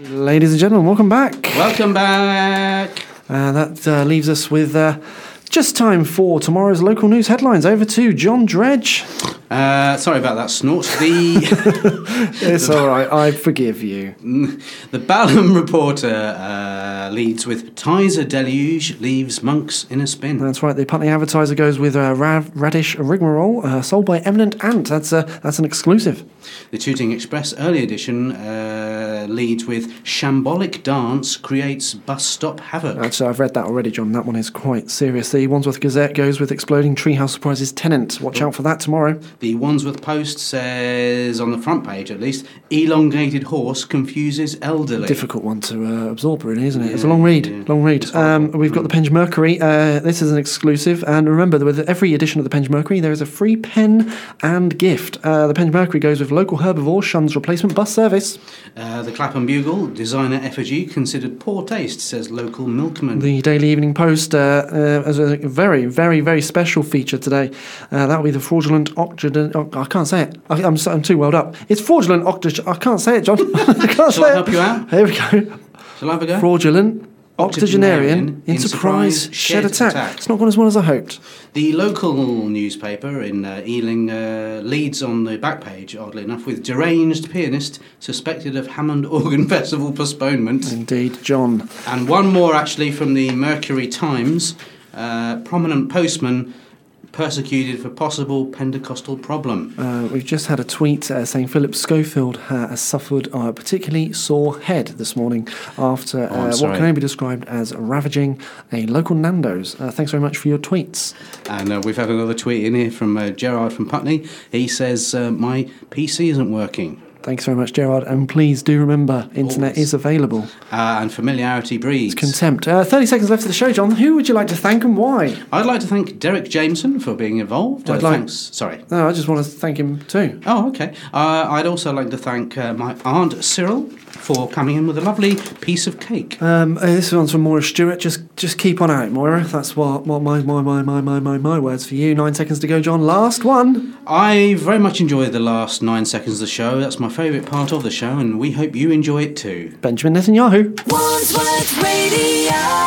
Speaker 1: Ladies and gentlemen, welcome back.
Speaker 2: Welcome back.
Speaker 1: Uh, that uh, leaves us with uh, just time for tomorrow's local news headlines. Over to John Dredge.
Speaker 2: Uh, sorry about that snort. The
Speaker 1: It's all right. I forgive you.
Speaker 2: the Balaam reporter uh, leads with ties a deluge leaves monks in a spin.
Speaker 1: That's right. The Putney Advertiser goes with uh, Rav, Radish Rigmarole, uh, sold by Eminent Ant. That's uh, that's an exclusive.
Speaker 2: The Tooting Express early edition uh, leads with shambolic dance creates bus stop havoc.
Speaker 1: Actually, I've read that already, John. That one is quite serious. The Wandsworth Gazette goes with exploding treehouse surprises tenant. Watch out for that tomorrow.
Speaker 2: The Wandsworth Post says on the front page, at least, elongated horse confuses elderly.
Speaker 1: Difficult one to uh, absorb, really, isn't it? it's a long read. Long read. Um, we've got the Penge Mercury. Uh, this is an exclusive. And remember, that with every edition of the Penge Mercury, there is a free pen and gift. Uh, the Penge Mercury goes with local herbivore shuns replacement bus service.
Speaker 2: Uh, the Clapham Bugle designer effigy considered poor taste, says local milkman.
Speaker 1: The Daily Evening Post uh, uh, has a very, very, very special feature today. Uh, that will be the fraudulent octogen. Oh, I can't say it. I, I'm, so- I'm too welled up. It's fraudulent octogen. I can't say it, John. I can't
Speaker 2: Shall
Speaker 1: say
Speaker 2: I
Speaker 1: it.
Speaker 2: help you out?
Speaker 1: Here we go.
Speaker 2: Shall I have a go?
Speaker 1: Fraudulent octogenarian
Speaker 2: Octogenarian
Speaker 1: in
Speaker 2: in
Speaker 1: surprise shed
Speaker 2: surprise shed
Speaker 1: attack.
Speaker 2: attack.
Speaker 1: It's not gone as well as I hoped.
Speaker 2: The local newspaper in uh, Ealing uh, leads on the back page, oddly enough, with deranged pianist suspected of Hammond Organ Festival postponement.
Speaker 1: Indeed, John.
Speaker 2: And one more actually from the Mercury Times uh, prominent postman persecuted for possible Pentecostal problem.
Speaker 1: Uh, we've just had a tweet uh, saying Philip Schofield uh, has suffered a particularly sore head this morning after
Speaker 2: Oh, I'm
Speaker 1: uh, what
Speaker 2: sorry.
Speaker 1: can only be described as ravaging a local Nando's. Uh, thanks very much for your tweets.
Speaker 2: And uh, we've had another tweet in here from uh, Gerard from Putney. He says, uh, My PC isn't working.
Speaker 1: Thanks very much, Gerard. And please do remember, internet
Speaker 2: Always.
Speaker 1: is available.
Speaker 2: Uh, and familiarity breeds.
Speaker 1: Contempt. Uh, 30 seconds left of the show, John. Who would you like to thank and why?
Speaker 2: I'd like to thank Derek Jameson for being involved. Uh,
Speaker 1: I'd like-
Speaker 2: Thanks. Sorry.
Speaker 1: No, I just want to thank him too.
Speaker 2: Oh, okay. Uh, I'd also like to thank uh, my aunt Cyril for coming in with a lovely piece of cake.
Speaker 1: Um, uh, this one's from Moira Stewart. Just just keep on at it, Moira. That's what, what my, my, my, my, my, my, my words for you. Nine seconds to go, John. Last one.
Speaker 2: I very much enjoyed the last nine seconds of the show. That's my favourite part of the show, and we hope you enjoy it too.
Speaker 1: Benjamin Netanyahu.
Speaker 5: Wandsworth Radio.